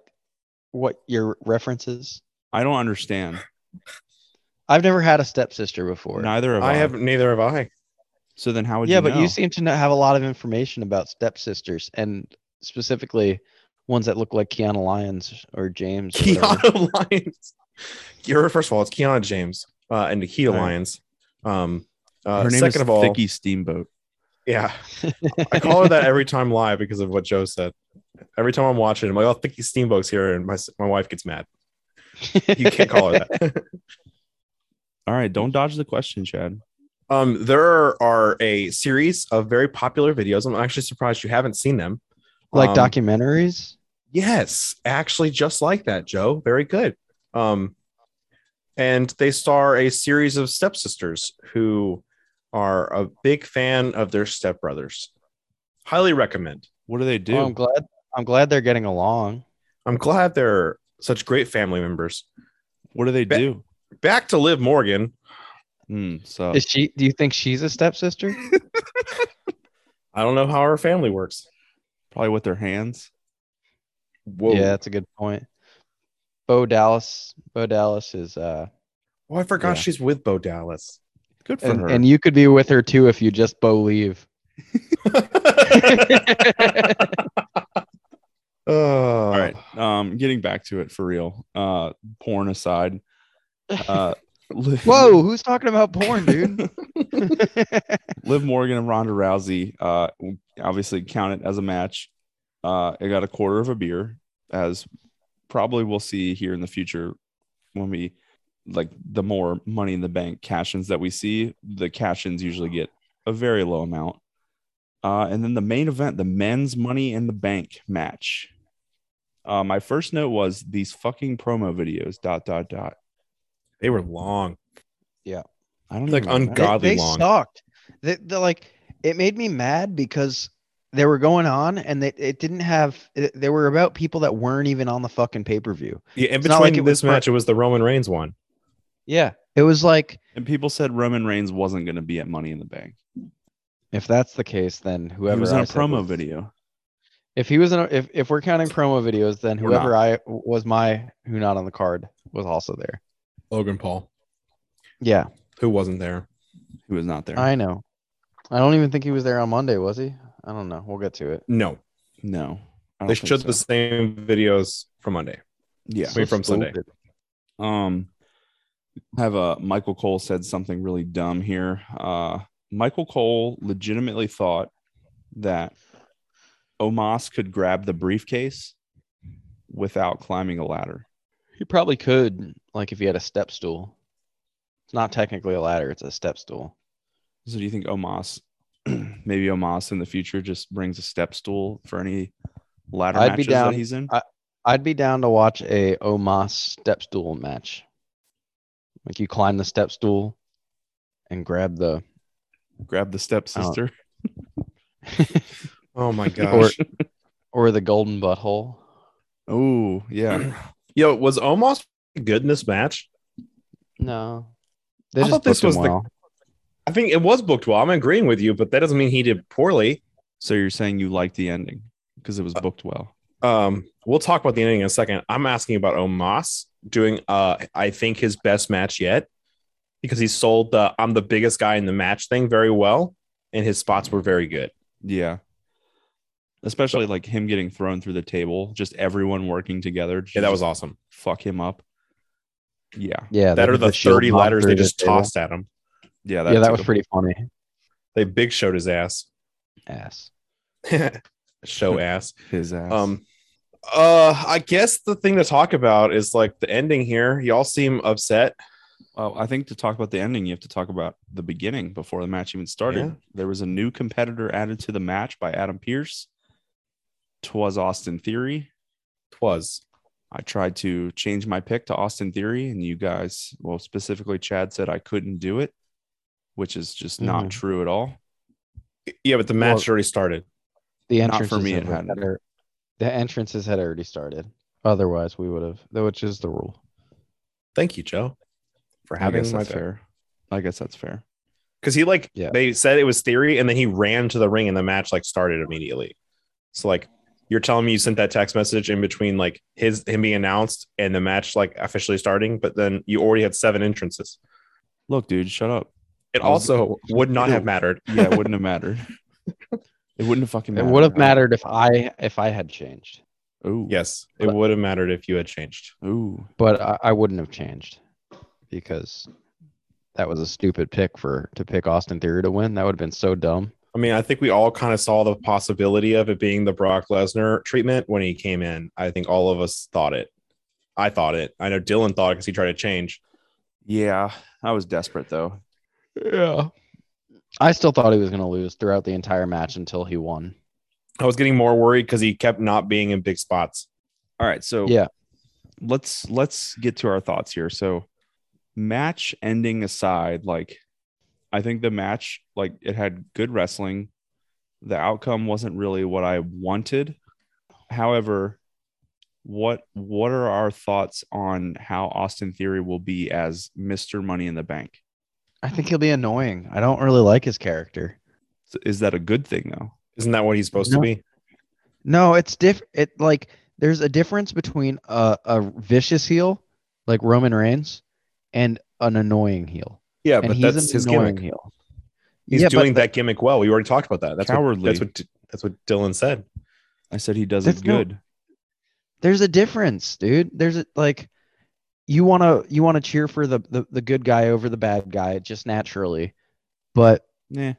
S3: what your references?
S1: I don't understand.
S3: I've never had a stepsister before.
S1: Neither of
S2: I have neither have I.
S1: So then how would
S3: yeah,
S1: you
S3: but
S1: know?
S3: you seem to know, have a lot of information about stepsisters and specifically ones that look like Kiana Lyons or James. or whatever.
S2: Kiana Lyons. You're first of all, it's Kiana James uh and Nikita
S1: All right.
S2: Lyons. Um uh,
S1: her name
S2: second
S1: is
S2: of all,
S1: Thicky Steamboat.
S2: Yeah. I call her that every time live because of what Joe said. Every time I'm watching, I'm like, oh, Thicky Steamboat's here. And my, my wife gets mad. You can't call her that.
S1: All right, don't dodge the question, Chad.
S2: um, there are a series of very popular videos. I'm actually surprised you haven't seen them.
S3: like
S2: Um,
S3: documentaries.
S2: Yes, actually, just like that, Joe. Very good. Um, and they star a series of stepsisters who are a big fan of their stepbrothers. Highly recommend.
S1: What do they do?
S2: Um,
S3: Well, I'm glad. I'm glad they're getting along.
S2: I'm glad they're such great family members.
S1: what do they
S2: Ba-
S1: do?
S2: Back to Liv Morgan.
S1: Hmm. so
S3: Is she? Do you think she's a stepsister?
S2: I don't know how her family works.
S1: probably with their hands.
S2: Whoa.
S3: Yeah, that's a good point. Bo Dallas. Bo Dallas is. uh
S2: Oh, I forgot
S1: Yeah.
S2: she's with Bo Dallas.
S1: Good for
S3: and,
S1: her.
S3: and you could be with her too if you just Bo leave.
S2: All
S1: All right. Um, getting back to it for real. Uh, porn aside. Uh, Liv-
S3: Whoa, who's talking about porn, dude?
S1: Liv Morgan and Ronda Rousey. Uh, obviously count it as a match. Uh, I got a quarter of a beer, as probably we'll see here in the future when we like the more money in the bank cash ins that we see. The cash ins usually get a very low amount. Uh, and then the main event, the men's money in the bank match. Uh, my first note was these fucking promo videos. Dot dot dot.
S2: They were long.
S1: I don't even
S2: Like
S1: know.
S2: ungodly
S3: they, they
S2: long.
S3: sucked. They, they're like it made me mad because they were going on and they it didn't have it, they were about people that weren't even on the fucking pay-per-view.
S2: Yeah, in
S3: It's not like
S2: between
S3: it was
S2: this
S3: for-
S2: match, it was the Roman Reigns one.
S3: Yeah. It was like
S1: And people said Roman Reigns wasn't going to be at Money in the Bank.
S3: if that's the case then whoever
S1: he was in
S3: I
S1: a
S3: said
S1: promo
S3: was-
S1: video.
S3: If he was in a, if if we're counting promo videos then
S1: We're not.
S3: whoever I was my who not on the card was also there.
S2: Logan Paul,
S3: Yeah,
S2: who wasn't there.
S1: He was not there.
S3: I know. I don't even think he was there on Monday, was he? I don't know. We'll get to it.
S2: No,
S1: no. I don't
S2: they
S1: think
S2: showed
S1: so.
S2: the same videos from Monday.
S1: Yeah.
S2: Wait, from Sunday.
S3: stupid.
S1: Um, have uh, Michael Cole said something really dumb here. Uh, Michael Cole legitimately thought that Omos could grab the briefcase without climbing a ladder.
S3: He probably could, like if he had a step stool. It's not technically a ladder, it's a step stool.
S1: So do you think Omos, maybe Omos in the future just brings a step stool for any ladder
S3: I'd be
S1: matches
S3: down.
S1: that he's in?
S3: I'd be down to watch a Omos step stool match. Like you climb the step stool and grab the
S1: Grab the
S3: Uh,
S1: step sister.
S2: Oh my
S3: or or the golden butthole.
S1: Oh yeah,
S2: Yo, was almost good in this match.
S3: No. They
S2: I
S3: just
S2: thought this
S3: booked him
S2: was the-
S3: well.
S2: I think it was booked well. I'm agreeing with you, but that doesn't mean he did poorly.
S1: So you're saying you liked the ending because it
S3: Uh,
S1: was booked well.
S2: Um, we'll talk about the ending in a second. I'm asking about Omos doing, uh, I think his best match yet because he sold the "I'm the biggest guy in the match" thing very well, and his spots were very good.
S1: Yeah. Especially like him getting thrown through the table, just everyone working together. to
S2: Yeah, that was
S1: just
S2: awesome.
S1: fuck him up. Yeah.
S3: Yeah.
S2: That
S3: they
S2: are
S3: did
S2: the
S3: shield
S2: 30
S3: bomb
S2: ladders
S3: through
S2: they
S3: the
S2: just
S3: table.
S2: tossed at him.
S1: Yeah.
S3: yeah, that
S1: took
S3: was
S1: a-
S3: pretty funny.
S2: They big showed his ass.
S3: Ass.
S2: Show ass.
S1: his ass.
S2: Um, uh, I guess the thing to talk about is like the ending here. Y'all seem upset.
S1: well, I think to talk about the ending, you have to talk about the beginning before the match even started.
S2: Yeah.
S1: There was a new competitor added to the match by Adam Pierce. Twas Austin Theory.
S2: Twas
S1: I tried to change my pick to Austin Theory, and you guys, well, specifically Chad said I couldn't do it, which is just not
S2: Mm-hmm.
S3: Mhm.
S1: true at all.
S2: yeah, but the match already started.
S3: The
S1: Not for
S3: entrances
S1: me, it
S3: had,
S1: hadn't.
S3: had al- the entrances had already started. Otherwise, we would have, though, which is the rule.
S2: Thank you, Joe, for
S1: I
S2: having
S1: guess
S2: my
S1: that's fair. I guess that's fair.
S2: because he like
S3: Yeah.
S2: they said it was theory, and then he ran to the ring, and the match like started immediately. So like you're telling me you sent that text message in between like his him being announced and the match like officially starting, but then you already had seven entrances.
S1: Look, dude, shut up.
S2: It
S1: I was-
S2: also would not have mattered.
S1: Yeah, it wouldn't have mattered. It wouldn't have fucking
S3: It
S1: mattered.
S3: would have mattered if I if I had changed,
S1: Ooh.
S2: Yes, it would have mattered if you had changed.
S1: Ooh.
S3: but I, I wouldn't have changed because that was a stupid pick for to pick Austin Theory to win. That would have been so dumb.
S2: I mean, I think we all kind of saw the possibility of it being the Brock Lesnar treatment when he came in. I think all of us thought it. I thought it. I know Dylan thought it because he tried to change.
S1: Yeah. I was desperate though.
S3: Yeah. I still thought he was going to lose throughout the entire match until he won.
S2: I was getting more worried because he kept not being in big spots.
S1: All right. So
S3: Yeah.
S1: let's let's get to our thoughts here. So match ending aside, like I think the match, like it had good wrestling. The outcome wasn't really what I wanted. However, what what are our thoughts on how Austin Theory will be as Mr. Money in the Bank?
S3: I think he'll be annoying. I don't really like his character.
S1: So Is that a good thing though?
S2: Isn't that what he's supposed
S3: No.
S2: to be?
S3: No, it's diff. It like there's a difference between a, a vicious heel, like Roman Reigns, and an annoying heel.
S2: Yeah,
S3: and
S2: but
S3: he's
S2: that's
S3: an
S2: his
S3: annoying
S2: gimmick.
S3: heel.
S2: He's
S3: yeah, but
S2: doing that gimmick well. We already talked about that. That's
S1: Cowardly.
S2: What, that's what that's what Dylan said.
S1: I said he does
S3: That's
S1: it
S3: no-
S1: good.
S3: there's a difference, dude. There's a, like, you wanna you wanna cheer for the, the the good guy over the bad guy just naturally, but
S1: Nah.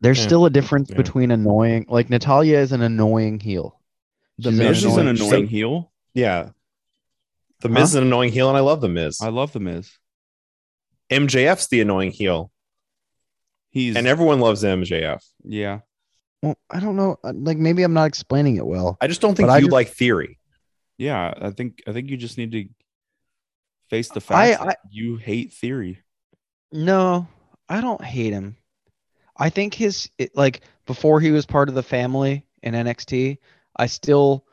S3: there's
S2: Yeah.
S3: still a difference
S2: Yeah.
S3: between annoying. Like Natalia is an annoying heel.
S1: The
S3: She's
S1: Miz is an
S2: annoying-
S1: annoying heel.
S2: Yeah. The Miz is an annoying heel, and I love the Miz.
S1: I love the Miz.
S2: MJF's the annoying heel,
S1: He's
S2: and everyone loves MJF.
S1: yeah.
S3: Well, I don't know. uh, Like maybe I'm not explaining it well.
S2: I just don't think
S3: But I
S2: you
S3: just-
S2: like theory.
S1: Yeah. I think I think you just need to face the fact
S3: I-
S1: that you hate theory.
S3: No, I don't hate him. I think his it, like before he was part of the family in NXT, I still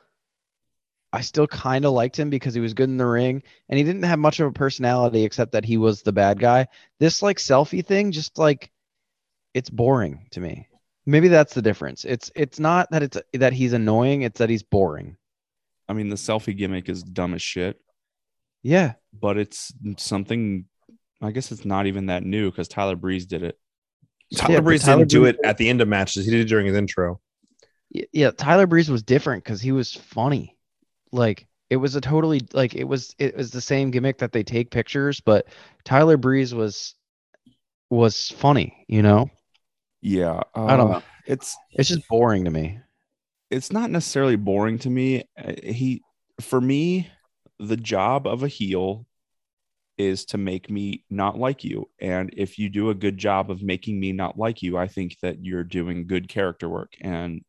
S3: I still kind of liked him because he was good in the ring and he didn't have much of a personality except that he was the bad guy. This like selfie thing just like it's boring to me. Maybe that's the difference. It's it's not that it's that he's annoying, it's that he's boring.
S1: I mean, the selfie gimmick is dumb as shit,
S3: Yeah.
S1: but it's something. I guess it's not even that new because Tyler Breeze did it.
S2: Tyler
S3: Yeah, but
S2: Breeze
S3: Tyler
S2: didn't do
S3: Breeze-
S2: it at the end of matches. He did it during his intro.
S3: Y- yeah tyler breeze was different because he was funny like it was a totally like it was it was the same gimmick that they take pictures but tyler breeze was was funny you know
S1: Yeah, uh,
S3: i don't know
S1: It's
S3: it's just boring to me
S1: it's not necessarily boring to me. Uh, He, for me, the job of a heel is to make me not like you. And if you do a good job of making me not like you, I think that you're doing good character work. And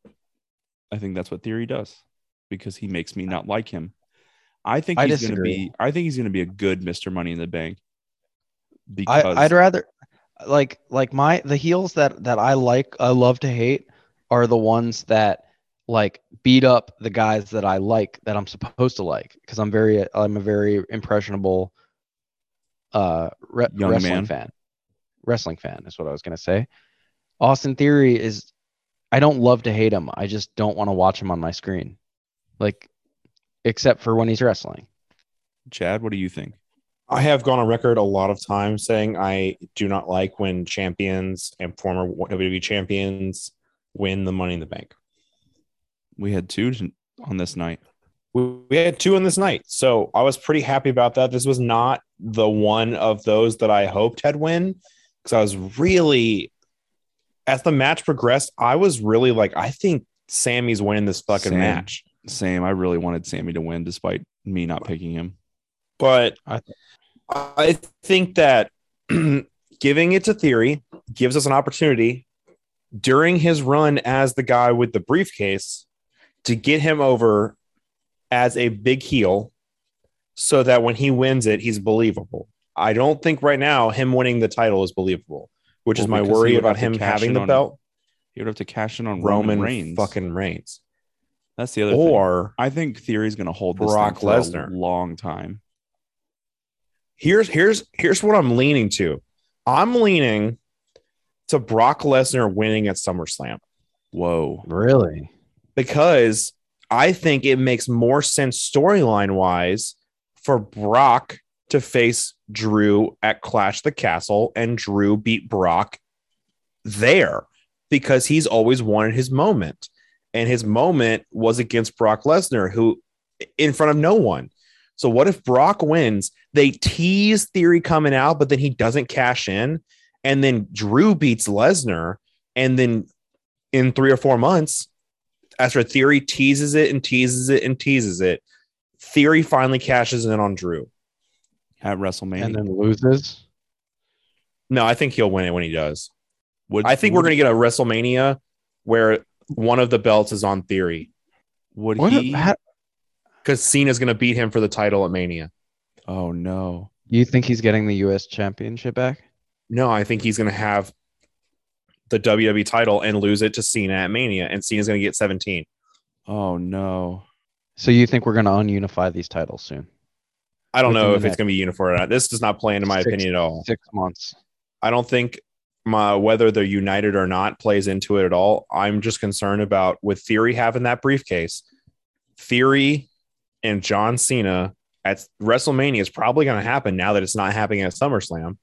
S1: I think that's what Theory does because he makes me not like him. I think
S3: I
S1: he's going to
S3: disagree.
S1: be. I think he's going to be a good Mister Money in the Bank.
S3: I,
S1: Because
S3: i'd rather like like my the heels that that i like i love to hate are the ones that like beat up the guys that i like that i'm supposed to like because i'm very i'm a very impressionable uh re-
S1: Young
S3: wrestling
S1: man.
S3: fan wrestling fan is what i was going to say austin theory is i don't love to hate him i just don't want to watch him on my screen like except for when he's wrestling
S1: Chad, what do you think?
S2: I have gone on record a lot of times saying I do not like when champions and former WWE champions win the Money in the Bank.
S1: We had two t- on this night.
S2: We we had two in this night, so I was pretty happy about that. This was not the one of those that I hoped had win because I was really, as the match progressed, I was really like, I think Sammy's winning this fucking
S1: Same.
S2: match.
S1: Same. I really wanted Sammy to win, despite me not picking him.
S2: but
S3: I-
S2: I think that giving it to Theory gives us an opportunity during his run as the guy with the briefcase to get him over as a big heel so that when he wins it, he's believable. I don't think right now him winning the title is believable, which is
S1: Well,
S2: my
S1: because he
S2: worry
S1: would
S2: about
S1: have to
S2: him
S1: cash
S2: having
S1: in
S2: the
S1: on
S2: belt.
S1: He would have to cash in on Roman,
S2: Roman
S1: Reigns.
S2: fucking Reigns.
S1: That's the other thing.
S2: Or
S1: I think Theory's going to hold this
S2: Brock
S1: thing for a
S2: Lesnar.
S1: long time.
S2: here's here's here's what I'm leaning to. I'm leaning to Brock Lesnar winning at SummerSlam
S1: Whoa.
S3: really
S2: because I think it makes more sense storyline wise for Brock to face Drew at Clash the Castle and Drew beat Brock there because he's always wanted his moment. And his moment was against Brock Lesnar, who in front of no one. So, what if Brock wins? They tease Theory coming out, but then he doesn't cash in. And then Drew beats Lesnar. And then in three or four months, after Theory teases it and teases it and teases it, Theory finally cashes in on Drew.
S1: At WrestleMania.
S3: and then loses
S2: No, I think he'll win it when he does.
S1: would,
S2: I think we're
S1: would-
S2: going to get a WrestleMania where one of the belts is on Theory
S1: Would
S3: what
S1: he?
S3: how-
S2: because Cena's going to beat him for the title at Mania.
S1: oh, no.
S3: You think he's getting the U.S. championship back?
S2: No, I think he's going to have the WWE title and lose it to Cena at Mania, and Cena's going to get 17.
S1: Oh, no.
S3: So you think we're going to ununify these titles soon?
S2: I don't
S3: Within
S2: know
S3: the
S2: if it's
S3: next-
S2: going to be uniform or not. This does not play into my
S3: Six-
S2: opinion at all.
S3: Six months.
S2: I don't think my whether they're united or not plays into it at all. I'm just concerned about with Theory having that briefcase. Theory and John Cena at WrestleMania is probably going to happen now that it's not happening at SummerSlam,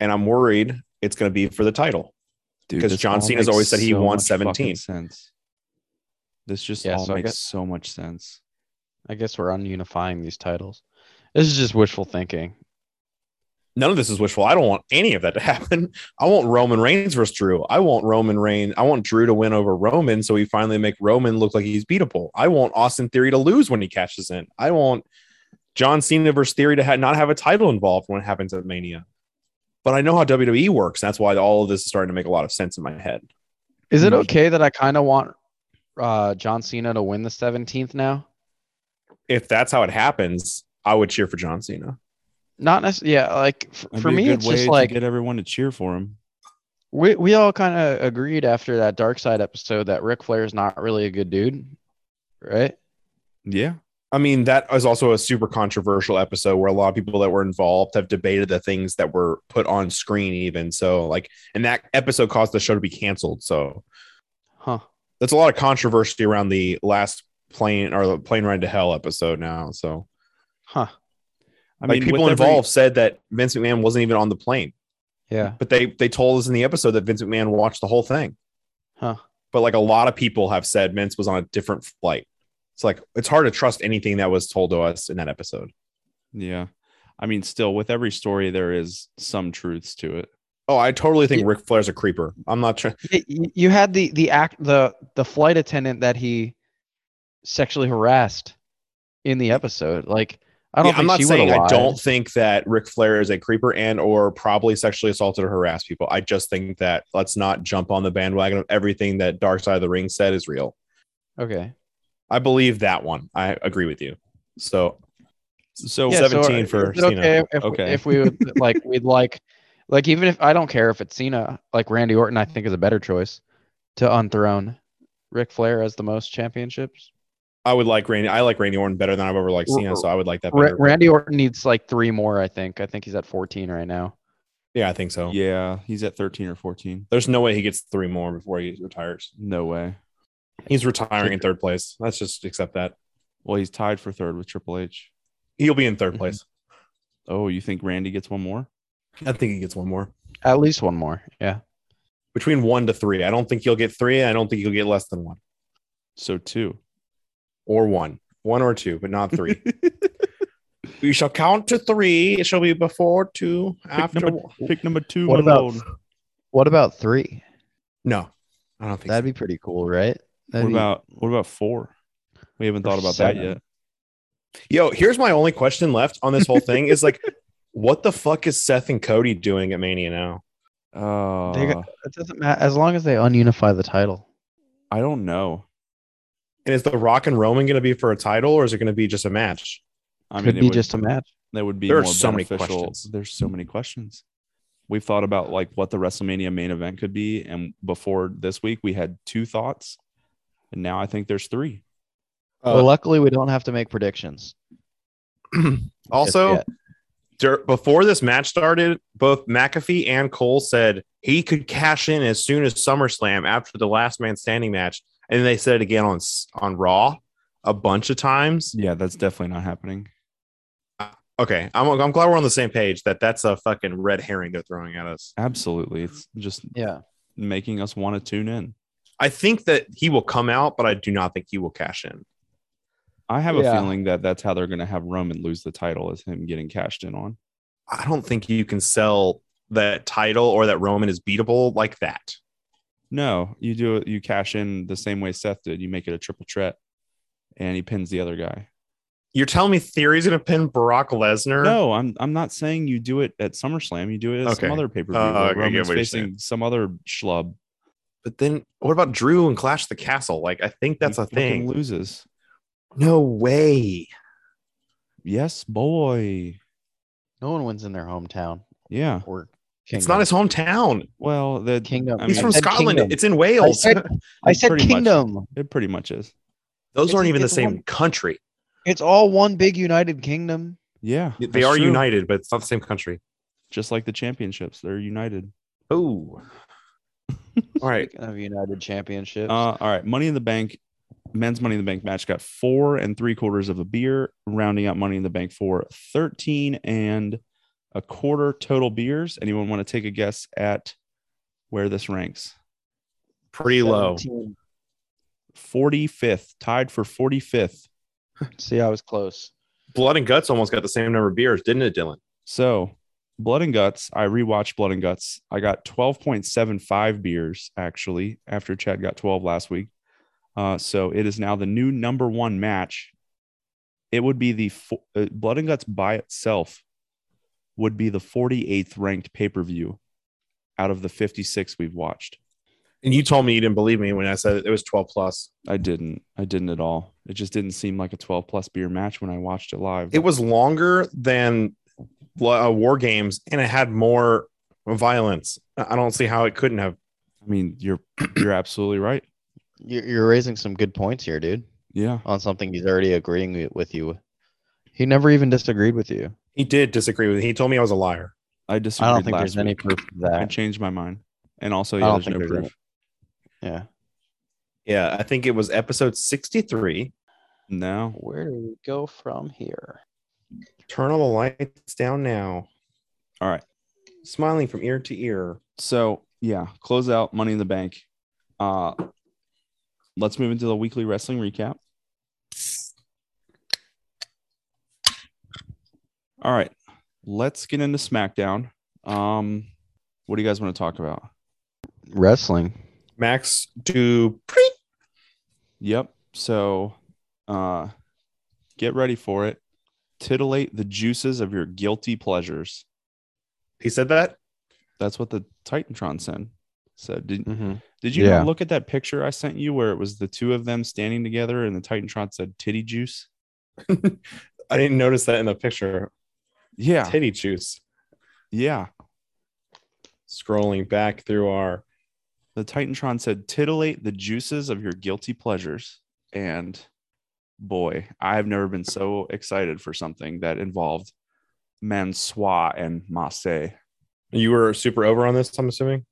S2: and I'm worried it's going to be for the title.
S1: Dude,
S2: 'Cause
S1: this
S2: John
S1: all
S2: Cena's
S1: makes
S2: always said he wants
S1: much fucking
S2: 17.
S1: Sense. This just
S3: Yeah,
S1: all
S3: so I
S1: makes
S3: got-
S1: so much sense.
S3: I guess we're ununifying these titles. This is just wishful thinking.
S2: None of this is wishful. I don't want any of that to happen. I want Roman Reigns versus Drew. I want Roman Reign. I want Drew to win over Roman so we finally make Roman look like he's beatable. I want Austin Theory to lose when he cashes in. I want John Cena versus Theory to ha- not have a title involved when it happens at Mania. But I know how WWE works. That's why all of this is starting to make a lot of sense in my head.
S3: Is it
S1: Mhm.
S3: okay that I kind of want uh, John Cena to win the 17th now?
S2: If that's how it happens, I would cheer for John Cena.
S3: Not necessarily. Yeah, like f-
S1: That'd
S3: for
S1: be a
S3: me,
S1: good
S3: it's
S1: way
S3: just
S1: to
S3: like
S1: get everyone to cheer for him.
S3: We we all kind of agreed after that Dark Side episode that Ric Flair is not really a good dude, right?
S1: Yeah.
S2: I mean, that is also a super controversial episode where a lot of people that were involved have debated the things that were put on screen, even. So, like, and that episode caused the show to be canceled. So,
S3: Huh.
S2: that's a lot of controversy around the last plane or the plane ride to hell episode now. So,
S3: Huh.
S1: I
S2: like,
S1: mean,
S2: people
S1: with every-
S2: involved said that Vince McMahon wasn't even on the plane,
S3: Yeah.
S2: but they they told us in the episode that Vince McMahon watched the whole thing.
S3: Huh.
S2: But like a lot of people have said, Vince was on a different flight. It's like it's hard to trust anything that was told to us in that episode.
S1: yeah. I mean, still, with every story, there is some truths to it.
S2: Oh, I totally think Ric Flair's a creeper. I'm not sure.
S3: Y- y- You had the the act the the flight attendant that he sexually harassed in the episode. Like I don't
S2: Yeah,
S3: think
S2: I'm not
S3: she
S2: saying
S3: would
S2: I don't think that Ric Flair is a creeper and or probably sexually assaulted or harassed people. I just think that let's not jump on the bandwagon of everything that Dark Side of the Ring said is real.
S3: Okay.
S2: I believe that one. I agree with you. So
S1: So,
S2: Yeah. 17 for
S3: uh, is it Okay,
S2: Cena.
S3: if,
S1: Okay.
S3: if we would like we'd like like even if I don't care if it's Cena, like Randy Orton I think is a better choice to unthrone Ric Flair as the most championships.
S2: I would like Randy. I like Randy Orton better than I've ever liked Cena. So I would like that
S3: Ra-
S2: better.
S3: Randy Orton needs like three more, I think. I think he's at 14 right now.
S2: yeah, I think so.
S1: yeah, he's at 13 or 14.
S2: There's no way he gets three more before he retires.
S1: No way.
S2: He's retiring in third place. Let's just accept that.
S1: Well, he's tied for third with Triple H.
S2: He'll be in
S3: Mm-hmm.
S2: third place.
S1: Oh, you think Randy gets one more?
S2: I think he gets one more.
S3: At least one more. Yeah.
S2: Between one to three. I don't think he'll get three. I don't think he'll get less than one.
S1: So two.
S2: or one, one or two, but not three. we shall count to three. It shall be before two, after
S1: number-
S2: one.
S1: Pick number two,
S3: What
S1: Malone.
S3: about what about three?
S2: No, I don't think
S3: That'd be pretty cool, right? That'd
S1: what
S3: be-
S1: about what about four? We haven't
S3: Or
S1: thought about that
S3: seven.
S1: yet.
S2: so. Yo, here's my only question left on this whole thing: is like, what the fuck is Seth and Cody doing at Mania now?
S1: Uh,
S3: They got- it doesn't matter as long as they ununify the title.
S1: I don't know.
S2: And is the Rock and Roman going to be for a title, or is it going to be just a match?
S1: I mean,
S3: Could be
S1: it would,
S3: just a match.
S1: that would be
S2: There are
S1: more
S2: so many
S1: beneficial.
S2: questions.
S1: There's so many questions. We've thought about like what the WrestleMania main event could be, and before this week, we had two thoughts, and now I think there's three. Uh,
S2: Uh,
S3: well, luckily we don't have to make predictions. just
S2: also,
S3: yet.
S2: dur- before this match started, both McAfee and Cole said he could cash in as soon as SummerSlam after the Last Man Standing match, and they said it again on S- on Raw a bunch of times.
S1: Yeah, that's definitely not happening.
S2: Okay, I'm I'm glad we're on the same page that that's a fucking red herring they're throwing at us.
S1: Absolutely, it's just
S3: yeah.
S1: making us want to tune in.
S2: I think that he will come out, but I do not think he will cash in.
S1: I have a
S3: Yeah.
S1: feeling that that's how they're going to have Roman lose the title is him getting cashed in on.
S2: I don't think you can sell that title or that Roman is beatable like that.
S1: No, you do it. You cash in the same way Seth did. You make it a triple threat, and he pins the other guy.
S2: You're telling me Theory's going to pin Brock Lesnar?
S1: No, I'm I'm not saying you do it at SummerSlam. You do it at
S2: Okay.
S1: some other pay per view.
S2: Uh, okay, I get
S1: Roman's
S2: what you're saying.
S1: facing some other schlub.
S2: But then what about Drew and Clash the Castle? Like I think that's
S1: He
S2: a
S1: fucking
S2: thing.
S1: Loses.
S2: No way.
S1: Yes, boy.
S3: No one wins in their hometown
S1: Yeah.
S3: or
S2: It's not his hometown.
S1: Well, that
S3: Kingdom.
S1: I
S2: He's
S1: mean,
S2: from
S3: I said
S2: Scotland.
S3: Kingdom.
S2: It's in Wales.
S3: I said, I said
S1: pretty much.
S3: kingdom.
S1: it pretty much is.
S2: Those
S3: it's-
S2: aren't even the
S3: it's
S2: same
S3: one-
S2: country.
S3: It's all one big united kingdom.
S1: Yeah.
S2: They
S1: that's
S2: are
S1: true.
S2: united, but it's not the same country.
S1: Just like the championships, they're united.
S2: Oh. All right.
S3: Speaking of united championships.
S1: Uh, all right. Money in the Bank, men's Money in the Bank match got four and three quarters of a beer, rounding out Money in the Bank for 13 and a quarter total beers. Anyone want to take a guess at where this ranks?
S2: Pretty low.
S3: 17.
S1: 45th, tied for 45th.
S3: See, I was close.
S2: Blood and Guts almost got the same number of beers, didn't it, Dylan?
S1: So, Blood and Guts, I rewatched Blood and Guts. I got 12.75 beers actually after Chad got 12 last week. Uh, so it is now the new number one match. It would be the fo- uh, Blood and Guts by itself would be the 48th ranked pay per view out of the 56 we've watched.
S2: And you told me you didn't believe me when I said it was 12 plus.
S1: I didn't. I didn't at all. It just didn't seem like a 12 plus beer match when I watched it live.
S2: It was longer than uh, War Games and it had more violence. I I don't see how it couldn't have.
S1: I mean, you're you're absolutely right.
S3: You're, you're raising some good points here, dude,
S1: Yeah.
S3: on something he's already agreeing wi- with you. with. He never even disagreed with you.
S2: He did disagree with. He told me I was a liar.
S1: I disagree.
S3: I don't think there's any proof of
S1: I
S3: that.
S1: changed my mind. And also,
S3: I
S1: yeah,
S3: don't
S1: there's
S3: think
S1: no
S3: there's
S1: proof.
S3: Yeah.
S2: Yeah, I think it was episode sixty-three.
S1: No.
S3: Where do we go from here?
S2: Turn all the lights down now.
S1: All right.
S2: Smiling from ear to ear.
S1: So yeah, close out Money in the Bank. Uh, let's move into the weekly wrestling recap. All right, let's get into SmackDown. Um, what do you guys want to talk about?
S3: Wrestling.
S2: Max Dupree.
S1: Yep. So, uh, get ready for it. Titillate the juices of your guilty pleasures.
S2: He said that.
S1: That's what the Titantron said. Said, did,
S3: Mm-hmm.
S1: Did you
S3: Yeah.
S1: not look at that picture I sent you where it was the two of them standing together and the Titantron said titty juice?
S2: I didn't notice that in the picture.
S1: Yeah.
S2: Titty juice.
S1: Yeah.
S2: Scrolling back through our
S1: The Titantron said titillate the juices of your guilty pleasures. And boy, I've never been so excited for something that involved mansois and masse.
S2: You were super over on this, I'm assuming.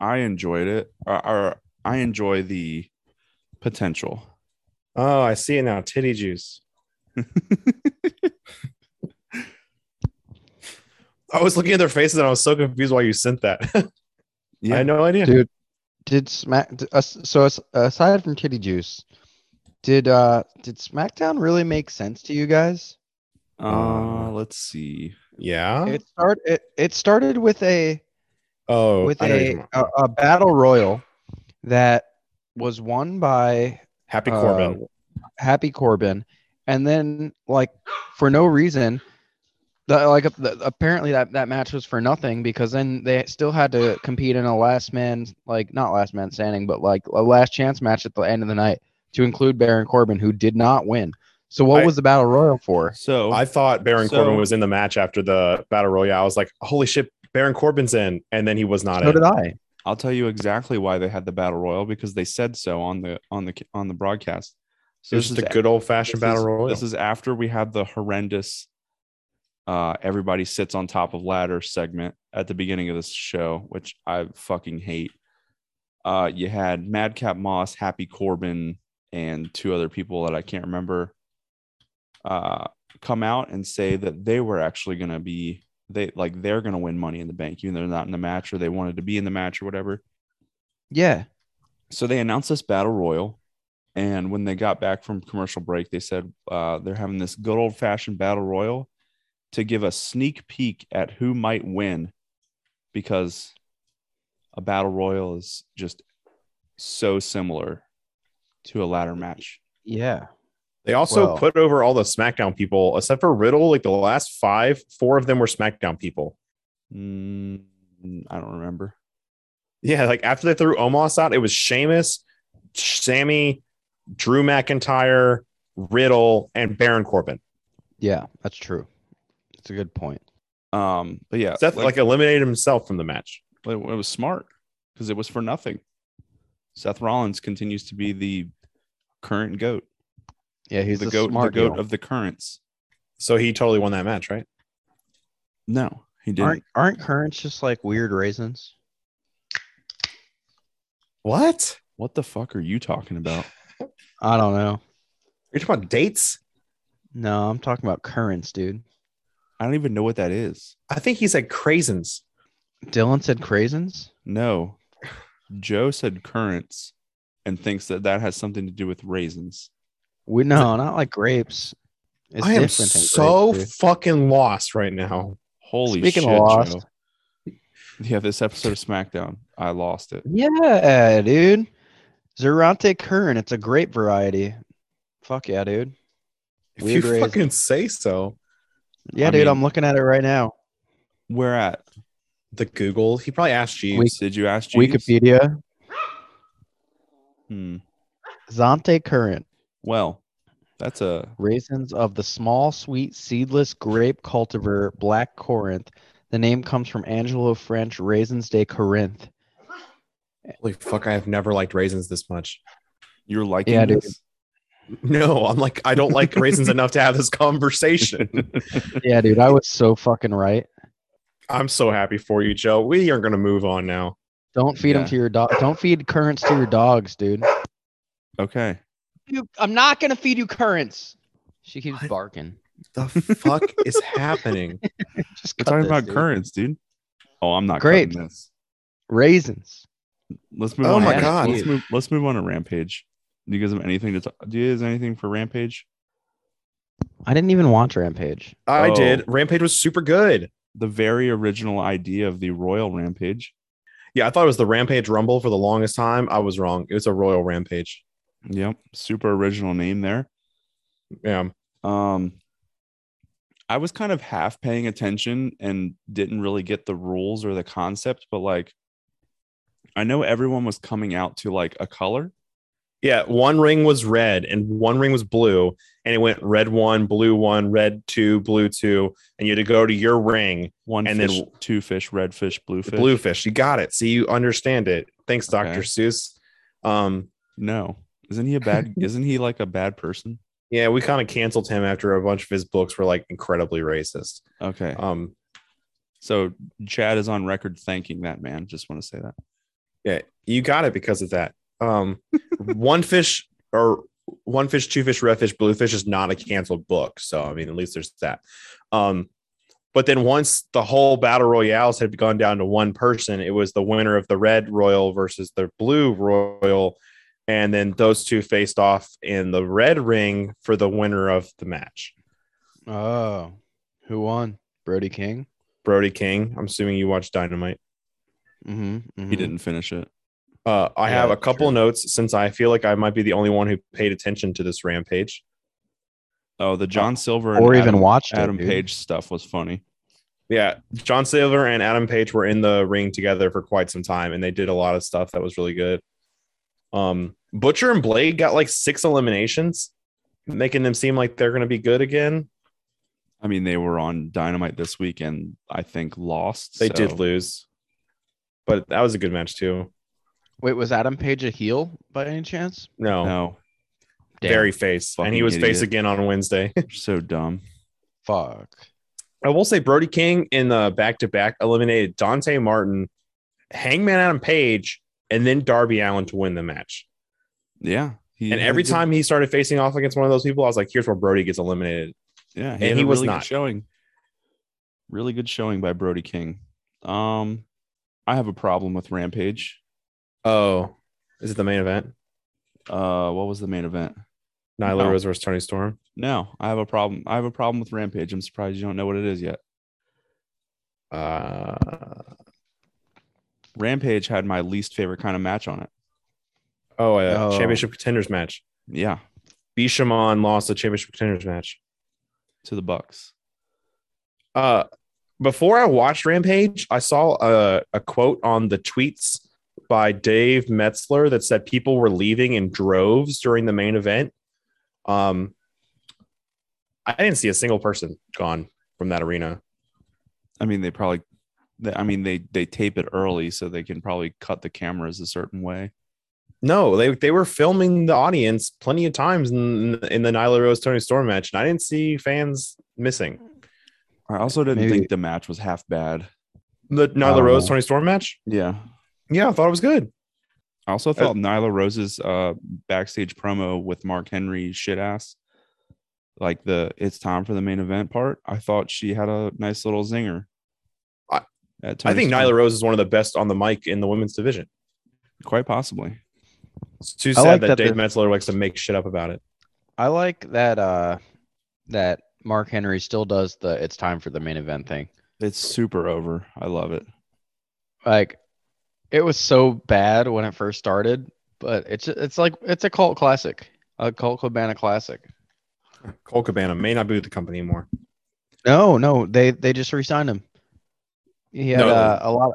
S1: I enjoyed it. Or, or I enjoy the potential.
S2: Oh, I see it now. Titty juice. I was looking at their faces and I was so confused why you sent that. I
S1: Yeah.
S2: had no idea.
S3: Dude. Did Smack d- as- so as- aside from Titty Juice, did uh did SmackDown really make sense to you guys?
S1: Uh, let's see.
S2: Yeah.
S3: It start it, it started with a
S2: oh,
S3: with
S2: I know what you're
S3: a, uh,
S2: talking about.
S3: a a battle royal that was won by
S2: Happy
S3: uh,
S2: Corbin.
S3: Happy Corbin, and then like for no reason, the, like ap- the, apparently that that match was for nothing because then they still had to compete in a last man like not last man standing but like a last chance match at the end of the night to include Baron Corbin who did not win. So what
S2: I-
S3: was the battle royal for?
S1: So
S2: I thought Baron
S1: So-
S2: Corbin was in the match after the battle royale. I was like, holy shit, Baron Corbin's in. And then he was not
S3: So
S2: in.
S3: did I.
S1: I'll tell you exactly why they had the battle royal because they said so on the on the on the broadcast.
S2: It
S1: So
S2: was
S1: this
S2: just
S1: is-
S2: a good old
S1: this
S2: fashioned battle
S1: is-
S2: royale.
S1: This is after we had the horrendous uh everybody sits on top of ladder segment at the beginning of this show, which I fucking hate. Uh you had Madcap Moss, Happy Corbin, and two other people that I can't remember uh come out and say that they were actually gonna be they like they're gonna win money in the bank, even though they're not in the match or they wanted to be in the match or whatever
S3: Yeah.
S1: so they announced this battle royal and when they got back from commercial break they said uh, they're having this good old fashioned battle royal to give a sneak peek at who might win because a battle royal is just so similar to a ladder match
S3: Yeah.
S2: They also
S3: Well-
S2: put over all the SmackDown people, except for Riddle. Like the last five, four of them were SmackDown people.
S1: Mm, i don't remember
S2: Yeah, like after they threw Omos out, it was Sheamus, Sammy, Drew McIntyre, Riddle, and Baron Corbin.
S3: Yeah, that's true. It's a good point.
S1: um but yeah
S2: Seth like,
S1: like,
S2: eliminated himself from the match.
S1: it was smart because it was for nothing seth rollins continues to be the current goat
S3: Yeah, he's
S1: the
S3: a
S1: goat the
S3: smart
S1: goat
S3: deal.
S1: of the currents
S2: So he totally won that match, right?
S1: No, he didn't.
S3: aren't aren't currents just like weird raisins?
S2: What?
S1: What the fuck are you talking about?
S3: I don't know.
S2: You're talking about dates?
S3: No, I'm talking about currents, dude.
S1: I don't even know what that is.
S2: I think he said craisins.
S3: Dylan said craisins.
S1: No. Joe said currants and thinks that that has something to do with raisins.
S3: We no, not like grapes. It's
S2: I am
S3: different than
S2: so
S3: grapes, dude.
S2: fucking lost right now.
S1: Holy
S3: Speaking
S1: shit.
S3: of lost.
S1: Joe. Yeah, this episode of SmackDown, I lost it.
S3: yeah, dude. Zerante Curran, it's a grape variety. Fuck yeah, dude.
S2: If
S3: Weird
S2: you
S3: raisin.
S2: fucking say so.
S3: Yeah,
S1: I
S3: dude,
S1: mean-
S3: I'm looking at it right now.
S1: Where at?
S2: The Google, he probably asked Jeeves.
S1: Did you ask Jeeves?
S3: Wikipedia,
S1: Hmm.
S3: Zante Curran,
S1: Well, that's a
S3: raisins of the small, sweet, seedless grape cultivar Black Corinth The name comes from Angelo French Raisins de Corinth.
S2: Holy fuck! I have never liked raisins this much.
S1: You're liking
S3: Yeah, dude.
S1: this?
S2: No, I'm like I don't like raisins enough to have this conversation.
S3: yeah, dude, I was so fucking right.
S2: I'm so happy for you, Joe. We are gonna move on now.
S3: Don't feed them
S1: Yeah.
S3: to your dog. Don't feed currants to your dogs, dude.
S1: Okay.
S3: You, I'm not gonna feed you currants. She keeps
S2: What?
S3: barking.
S2: The fuck is happening?
S3: Just
S1: We're
S3: cut
S1: talking
S3: this,
S1: about
S3: dude.
S1: currents, dude. Oh, I'm not
S3: Great.
S1: cutting this.
S3: raisins.
S1: Let's move
S2: Oh
S1: on.
S2: my
S1: to-
S2: God.
S1: Let's move, let's move on to Rampage. Do you guys have anything to talk? Do you guys have anything for Rampage?
S3: I didn't even watch Rampage.
S2: I
S1: Oh.
S2: did. Rampage was super good.
S1: The very original idea of the Royal Rampage.
S2: Yeah, I thought it was the Rampage Rumble for the longest time. I was wrong. It was a Royal Rampage.
S1: Yep. Super original name there.
S2: Yeah.
S1: Um, I was kind of half paying attention and didn't really get the rules or the concept, but like, I know everyone was coming out to like a color.
S2: Yeah, one ring was red and one ring was blue, and it went red one, blue one, red two, blue two, and you had to go to your ring.
S1: One
S2: And then-
S1: fish, two fish, red fish, blue fish.
S2: Bluefish, you got it. See, you understand it. Thanks, Dr.
S1: Okay.
S2: Seuss. Um,
S1: No, isn't he a bad? isn't he like a bad person?
S2: yeah, we kind of canceled him after a bunch of his books were like incredibly racist.
S1: Okay,
S3: Uh,
S2: Um,
S1: so Chad is on record thanking that man. Just want to say that.
S2: yeah, you got it because of that. Um, one fish or one fish, two fish, red fish, blue fish is not a canceled book. So I mean, at least there's that. Um, but then once the whole battle royales had gone down to one person, it was the winner of the red royal versus the blue royal, and then those two faced off in the red ring for the winner of the match.
S3: Oh, who won? Brody King.
S2: Brody King, I'm assuming you watched Dynamite.
S3: Mm-hmm,
S1: He didn't finish it.
S2: Uh, I
S3: Yeah,
S2: have a
S3: that's
S2: couple
S3: true.
S2: notes since I feel like I might be the only one who paid attention to this rampage.
S1: Oh, the John Silver and
S3: Uh, or
S1: Adam,
S3: even watched
S1: Adam
S3: it, dude.
S1: Page stuff was funny.
S2: Yeah, John Silver and Adam Page were in the ring together for quite some time, and they did a lot of stuff that was really good. Um, Butcher and Blade got like six eliminations, making them seem like they're going to be good again.
S1: I mean, they were on Dynamite this week and I think lost.
S2: They
S1: so-
S2: did lose, but that was a good match too.
S3: Wait, was Adam Page a heel by any chance?
S2: No,
S1: No,
S3: Damn,
S2: very face, and he
S1: Fucking
S2: was face
S1: idiot.
S2: again on Wednesday.
S1: they're so dumb.
S3: fuck.
S2: I will say Brody King in the back to back eliminated Dante Martin, Hangman Adam Page, and then Darby Allen to win the match.
S1: Yeah. He
S2: and
S1: had
S2: every
S1: a good-
S2: time he started facing off against one of those people, I was like, here's where Brody gets eliminated.
S1: yeah,
S2: and
S1: had
S2: he
S1: a
S2: was
S1: really good
S2: not.
S1: showing. Really good showing by Brody King. Um, I have a problem with Rampage.
S2: Oh, is it the main event?
S1: Uh, what was the main event?
S2: Nyla
S1: No.
S2: Rose versus Tony Storm.
S1: No, I have a problem. I have a problem with Rampage. I'm surprised you don't know what it is yet.
S2: Uh,
S1: Rampage had my least favorite kind of match on it.
S2: oh, a
S3: Oh.
S2: championship contenders match.
S1: Yeah,
S2: Bishamon lost the championship contenders match.
S1: to the Bucks.
S2: Uh, before I watched Rampage, I saw a, a quote on the tweets by Dave Metzler that said people were leaving in droves during the main event. Um, I didn't see a single person gone from that arena.
S1: I mean, they probably. They, I mean, they they tape it early so they can probably cut the cameras a certain way.
S2: No, they they were filming the audience plenty of times in in the Nyla Rose Tony Storm match, and I didn't see fans missing
S1: I also didn't
S3: Maybe-
S1: think the match was half bad.
S2: the Nyla
S3: Oh.
S2: Rose Tony Storm match.
S1: Yeah,
S2: Yeah, I thought it was good.
S1: I also thought Nyla Rose's uh, backstage promo with Mark Henry shit ass, like the it's time for the main event part. I thought she had a nice little zinger.
S2: I-
S1: at
S2: I
S1: Tony
S2: think
S1: Storm.
S2: Nyla Rose is one of the best on the mic in the women's division.
S1: quite possibly.
S2: It's too
S3: I
S2: sad
S3: like
S2: that,
S3: that
S2: Dave
S3: the-
S2: Metzler likes to make shit up about it.
S3: I like that. Uh, that Mark Henry still does the "It's time for the main event" thing.
S1: It's super over. I love it.
S3: Like, it was so bad when it first started, but it's it's like it's a cult classic, a cult Cabana classic.
S2: Cole Cabana may not be with the company anymore.
S3: No, no, they they just re-signed him. He had
S2: No.
S3: uh, a lot.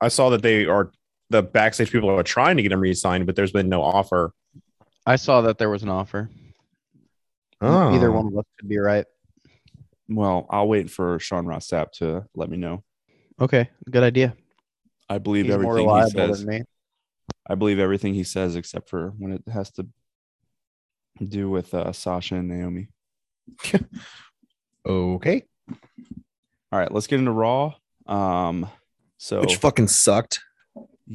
S2: I saw that they are the backstage people are trying to get him re-signed, but there's been no offer.
S3: I saw that there was an offer.
S2: Oh.
S3: Either one of us could be right.
S1: Well, I'll wait for Sean Rossap to let me know.
S3: Okay, good idea.
S1: I believe
S3: He's more
S1: everything he
S3: reliable
S1: says.
S3: than me.
S1: I believe everything he says except for when it has to do with uh, Sasha and Naomi.
S5: Okay.
S1: All right, let's get into Raw. Um, so
S5: Which fucking sucked.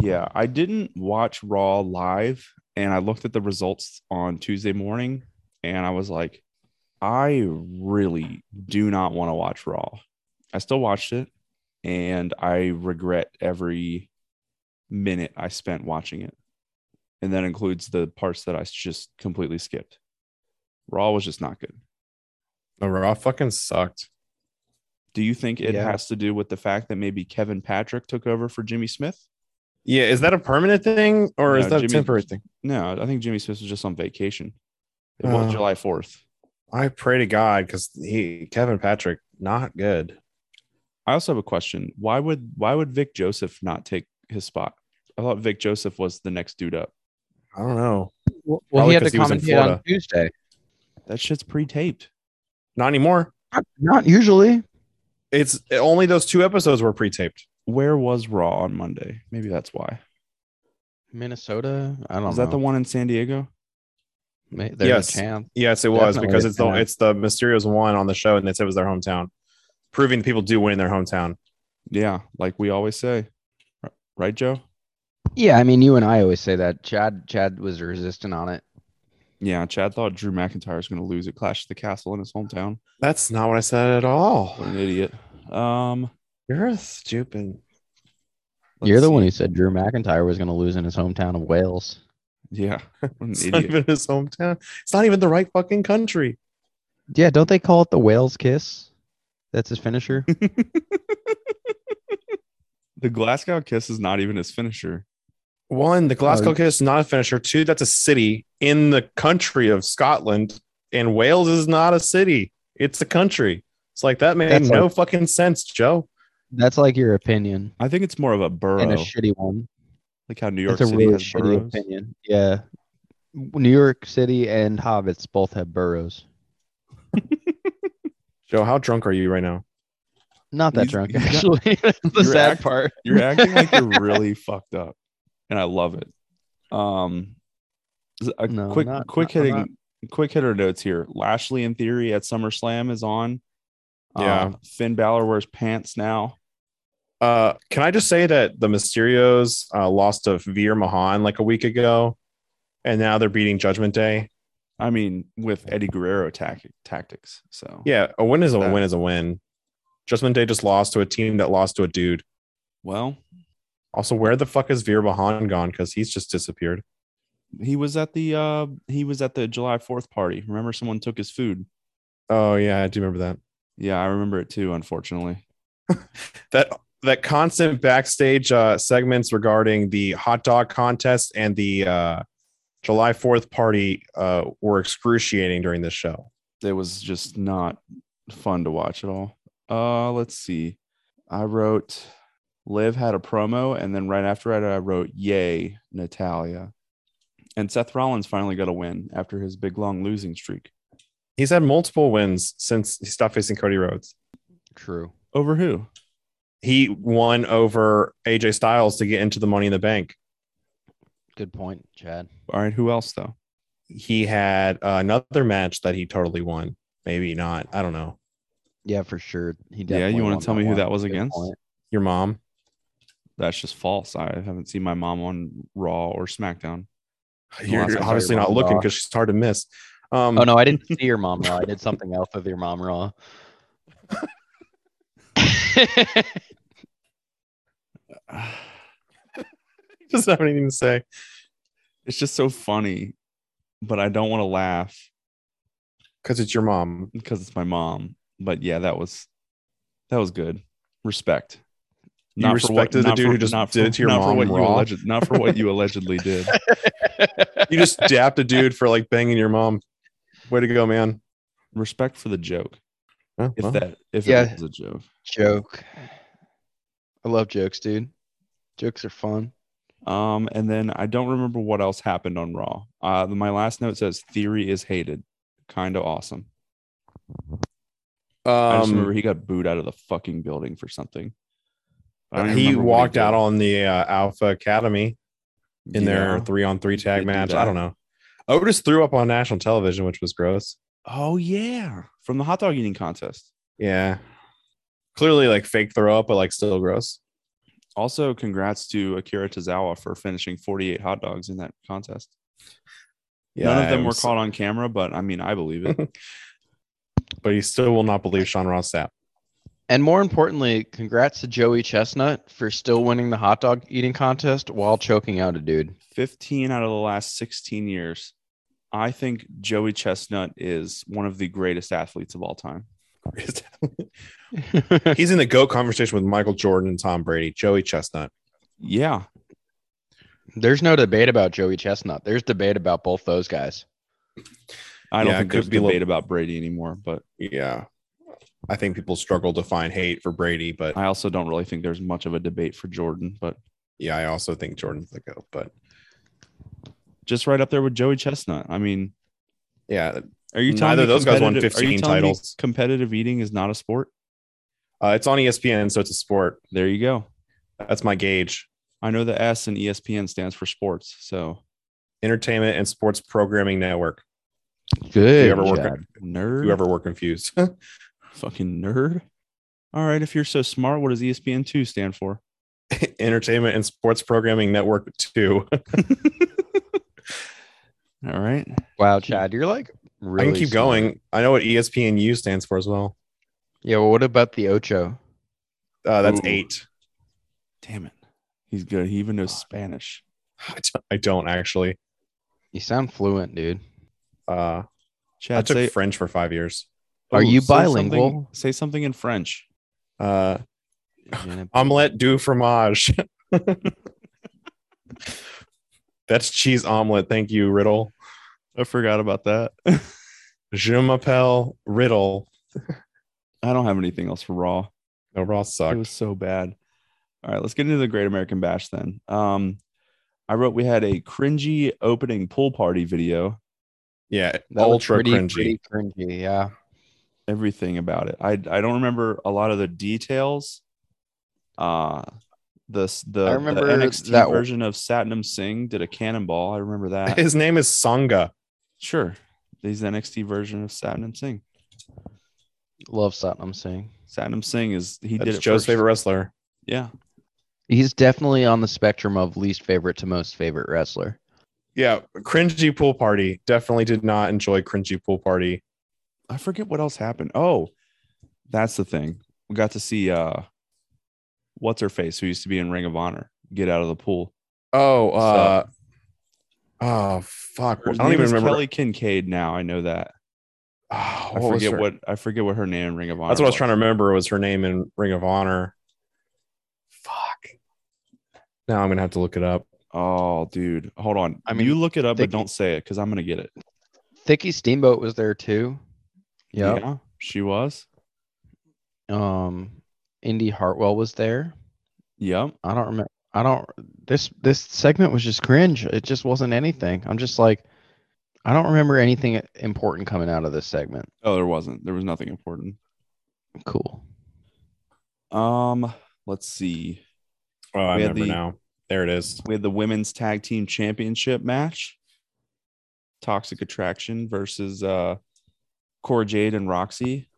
S1: yeah, I didn't watch Raw live, and I looked at the results on Tuesday morning, and I was like, I really do not want to watch Raw. I still watched it, and I regret every minute I spent watching it, and that includes the parts that I just completely skipped. Raw was just not good.
S2: The Raw fucking sucked.
S1: Do you think it
S3: Yeah.
S1: has to do with the fact that maybe Kevin Patrick took over for Jimmy Smith?
S2: Yeah, is that a permanent thing or is
S1: No,
S2: that a
S1: Jimmy-
S2: temporary thing?
S1: No, I think Jimmy Smith was just on vacation. It was
S2: Oh.
S1: July 4th.
S2: I pray to God because he Kevin Patrick not good.
S1: I also have a question. Why would why would Vic Joseph not take his spot? I thought Vic Joseph was the next dude up.
S2: I don't know.
S3: Well,
S2: Probably
S3: he had to
S2: 'cause he was in
S3: commentate on
S2: Florida.
S3: Tuesday.
S1: That shit's pre-taped.
S2: Not anymore.
S3: Not, not usually.
S2: It's only those two episodes were pre-taped.
S1: Where was Raw on Monday? Maybe that's why.
S3: Minnesota. I don't
S1: Is
S3: know.
S1: that the one in San Diego?
S3: May- There's
S2: Yes.
S3: a chance.
S2: Yes, it was
S3: Definitely
S2: because it's the
S3: not.
S2: it's the Mysterios one on the show, and they said it was their hometown, proving people do win in their hometown.
S1: Yeah, like we always say. R- Right, Joe?
S3: Yeah, I mean, you and I always say that. Chad, Chad was resistant on it.
S1: Yeah, Chad thought Drew McIntyre was going to lose at Clash of the Castle in his hometown.
S2: That's not what I said at all.
S1: What an idiot. Um,
S2: You're a stupid.
S1: let's
S3: You're the one
S1: see.
S3: who said Drew McIntyre was going to lose in his hometown of Wales.
S1: Yeah, what an
S2: It's not
S1: idiot.
S2: even his hometown. It's not even the right fucking country.
S3: Yeah, don't they call it the Wales kiss? That's his finisher.
S1: The Glasgow kiss is not even his finisher.
S2: One, the Glasgow
S3: Oh.
S2: Kiss is not a finisher. Two, that's a city in the country of Scotland, and Wales is not a city. It's a country. It's like that made
S3: That's
S2: no fucking sense, Joe.
S3: That's like your opinion
S1: I think it's more of a borough,
S3: and a shitty one.
S1: like how New York
S3: That's a
S1: City
S3: really
S1: has
S3: shitty
S1: boroughs.
S3: opinion. Yeah, New York City and Hobbits both have boroughs.
S2: Joe, how drunk are you right now?
S3: Not that
S1: You-
S3: drunk,
S1: you got-
S3: actually. That's the
S1: you're
S3: sad
S1: act-
S3: part.
S1: You're acting like you're really fucked up, and I love it. Um, z- a
S3: No,
S1: quick,
S3: not-
S1: quick
S3: not- I'm
S1: hitting, quick hitter notes here. Lashley in theory at SummerSlam is on. Uh,
S2: Yeah.
S1: Finn Balor wears pants now.
S2: Uh, can I just say that the Mysterios uh, lost to Veer Mahan like a week ago, and now they're beating Judgment Day.
S1: I mean, with Eddie Guerrero tac- tactics. So
S2: Yeah, a win is a
S1: That-
S2: win is a win. Judgment Day just lost to a team that lost to a dude.
S1: well,
S2: Also, where the fuck is Veer Mahan gone? Because he's just disappeared.
S1: he was at the uh he was at the July Fourth party. Remember, someone took his food.
S2: Oh yeah, I do remember that.
S1: Yeah, I remember it too. Unfortunately,
S2: that that constant backstage uh, segments regarding the hot dog contest and the uh, July Fourth party uh, were excruciating during this show.
S1: it was just not fun to watch at all. Uh, let's see. I wrote Liv had a promo, and then right after it, I wrote Yay, Natalia. And Seth Rollins finally got a win after his big long losing streak.
S2: He's had multiple wins since he stopped facing Cody Rhodes.
S3: True.
S1: Over who?
S2: He won over AJ Styles to get into the Money in the Bank.
S3: Good point, Chad.
S1: All right, who else though?
S2: He had another match that he totally won. Maybe not. I don't know.
S3: Yeah, for sure. He
S1: Yeah, you
S3: definitely
S1: wanna
S3: won
S1: tell me who
S3: one.
S1: that was
S3: Good
S1: against?
S3: point.
S2: Your mom.
S1: That's just false. I haven't seen my mom on Raw or SmackDown.
S2: You're,
S1: that's-
S2: obviously not
S3: Mom
S2: looking
S3: Raw.
S2: because she's hard to miss. Um,
S3: Oh no, I didn't see your mom raw. I did something else with your mom raw.
S2: He doesn't have anything to say.
S1: It's just so funny, but I don't want to laugh
S2: Because it's your mom.
S1: because it's my mom. But yeah, that was that was good. Respect.
S2: You respected the
S1: not
S2: dude who just did it to your
S1: not
S2: mom
S1: for what you
S2: raw?
S1: alleged, not for what you allegedly did.
S2: you just dapped a dude for like banging your mom. Way to go, man.
S1: Respect for the joke,
S2: Well,
S1: if
S2: well,
S1: that if
S3: Yeah.
S1: it was a joke.
S3: Joke. I love jokes, dude. Jokes are fun.
S1: Um, and then I don't remember what else happened on Raw. Uh, my last note says theory is hated. Kind of awesome. I just remember
S2: um,
S1: he got booed out of the fucking building for something. I don't even
S2: he
S1: remember what
S2: walked
S1: did.
S2: out on the uh, Alpha Academy in
S1: Yeah.
S2: their three on three
S1: They
S2: tag
S1: do
S2: match. I
S1: that.
S2: don't know. Otis threw up on national television, which was gross.
S1: Oh yeah, from the hot dog eating contest.
S2: Yeah. Clearly, like fake throw up, but like still gross.
S1: Also, congrats to Akira Tozawa for finishing 48 hot dogs in that contest.
S2: Yeah,
S1: None of them
S2: it
S1: were
S2: was-
S1: caught on camera, but I mean, I believe it.
S2: But he still will not believe Sean Ross Sapp.
S3: And more importantly, congrats to Joey Chestnut for still winning the hot dog eating contest while choking out a dude.
S1: 15 out of the last 16 years. I think Joey Chestnut is one of the greatest athletes of all time.
S2: He's in the GOAT conversation with Michael Jordan and Tom Brady, Joey Chestnut.
S1: Yeah.
S3: There's no debate about Joey Chestnut. There's debate about both those guys.
S1: I don't
S2: Yeah, it
S1: think
S2: could
S1: there's
S2: be a
S1: debate
S2: little-
S1: about Brady anymore, but
S2: Yeah. I think people struggle to find hate for Brady, but
S1: I also don't really think there's much of a debate for Jordan, but
S2: yeah, I also think Jordan's the GOAT. But
S1: just right up there with Joey Chestnut. I mean,
S2: yeah,
S1: are you telling
S2: Neither
S1: me
S2: of those guys won
S1: competitive- are you
S2: 15
S1: telling me
S2: titles.
S1: Competitive eating is not a sport.
S2: uh, it's on ESPN, so it's a sport.
S1: There you go.
S2: That's my gauge.
S1: I know the S in ESPN stands for sports. So
S2: Entertainment and Sports Programming Network.
S3: Good.
S2: Whoever work-
S3: job.
S1: nerd,
S2: Whoever were confused.
S1: fucking nerd. All right, if you're so smart, what does E ESPN two stand for?
S2: Entertainment and Sports Programming Network 2.
S1: All right,
S3: Wow, Chad, you're like
S2: I
S3: really.
S2: can keep
S3: smart.
S2: going. I know what E ESPNU stands for as well.
S3: Yeah, well, what about the Ocho?
S2: Uh, that's
S1: Ooh.
S2: eight.
S1: damn it, he's good. He even knows Spanish.
S2: I don't, I don't actually.
S3: You sound fluent, dude.
S2: Uh, I
S1: Chad,
S2: took
S1: say,
S2: French for five years.
S3: Are you
S1: say something-
S3: bilingual?
S1: Say something, in French.
S2: Uh, omelette du fromage. that's cheese omelet. Thank you, Riddle.
S1: I forgot about that.
S2: Je m'appelle Riddle.
S1: I don't have anything else for Raw.
S2: No, Ross sucked.
S1: It was so bad. All right, let's get into the Great American Bash then. Um, I wrote we had a cringy opening pool party video.
S2: yeah,
S3: That was
S2: ultra
S3: pretty-
S2: cringy.
S3: pretty cringy, yeah.
S1: everything about it. I I don't remember a lot of the details. Uh the s- the,
S3: I
S1: the
S3: remember
S1: NXT
S3: that w-
S1: version of Satnam Singh did a cannonball. I remember that.
S2: His name is Sangha.
S1: sure. He's the NXT version of Satnam Singh.
S3: Love something I'm saying.
S1: Satnam Singh is he did
S2: That's
S1: it
S2: Joe's
S1: first.
S2: favorite wrestler.
S1: Yeah.
S3: He's definitely on the spectrum of least favorite to most favorite wrestler.
S2: Yeah, cringy pool party. Definitely did not enjoy cringy pool party.
S1: I forget what else happened. Oh, that's the thing. We got to see uh what's her face who used to be in Ring of Honor get out of the pool.
S2: Oh, uh, oh fuck!
S1: Her
S2: I don't
S1: name
S2: even
S1: is
S2: remember.
S1: Kelly Kincaid now. I know that.
S2: Oh,
S1: I
S2: was
S1: forget
S2: her-
S1: what I forget what her name in Ring of Honor.
S2: That's what I was trying to remember. Was her name in Ring of Honor? Fuck. Now I'm gonna have to look it up.
S1: Oh, dude, hold on.
S3: I
S1: I
S3: mean,
S1: mean, you look it up,
S3: they-
S1: but don't say it because I'm gonna get it.
S3: Thicky Steamboat was there too. Yep.
S1: Yeah, she was.
S3: Um, Indy Hartwell was there.
S1: Yep.
S3: I don't remember. I don't. This this segment was just cringe. It just wasn't anything. I'm just like, I don't remember anything important coming out of this segment.
S1: Oh, there wasn't. There was nothing important.
S3: Cool.
S1: Um, let's see.
S2: Oh, I
S1: We had
S2: remember
S1: the-
S2: now. There it is.
S1: We had the women's tag team championship match. Toxic Attraction versus uh Cora Jade and Roxy.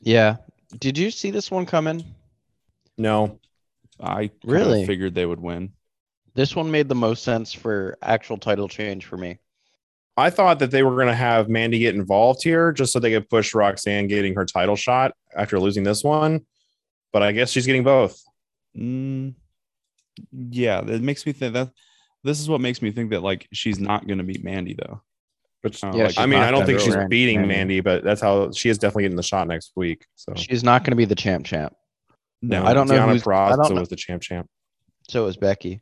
S3: Yeah. Did you see this one coming?
S2: No,
S1: I kinda
S3: Really?
S1: figured they would win.
S3: This one made the most sense for actual title change for me.
S2: I thought that they were gonna have Mandy get involved here just so they could push Roxanne getting her title shot after losing this one. But I guess she's getting both.
S1: Mm, yeah, it makes me think that this is what makes me think that like she's not gonna beat Mandy though.
S2: Which
S1: Uh,
S3: Yeah,
S1: like,
S3: Oh, she's
S2: Oh, I mean,
S3: not
S2: I don't
S3: gonna
S2: think
S3: be
S2: she's
S3: around
S2: beating
S3: Mandy.
S2: Mandy, but that's how she is definitely getting the shot next week. So
S3: She's not going to be the champ champ.
S1: no,
S3: I don't know
S2: Deanna
S3: who's- I
S2: Peraza
S3: don't know-
S2: was the champ champ.
S3: So is Becky.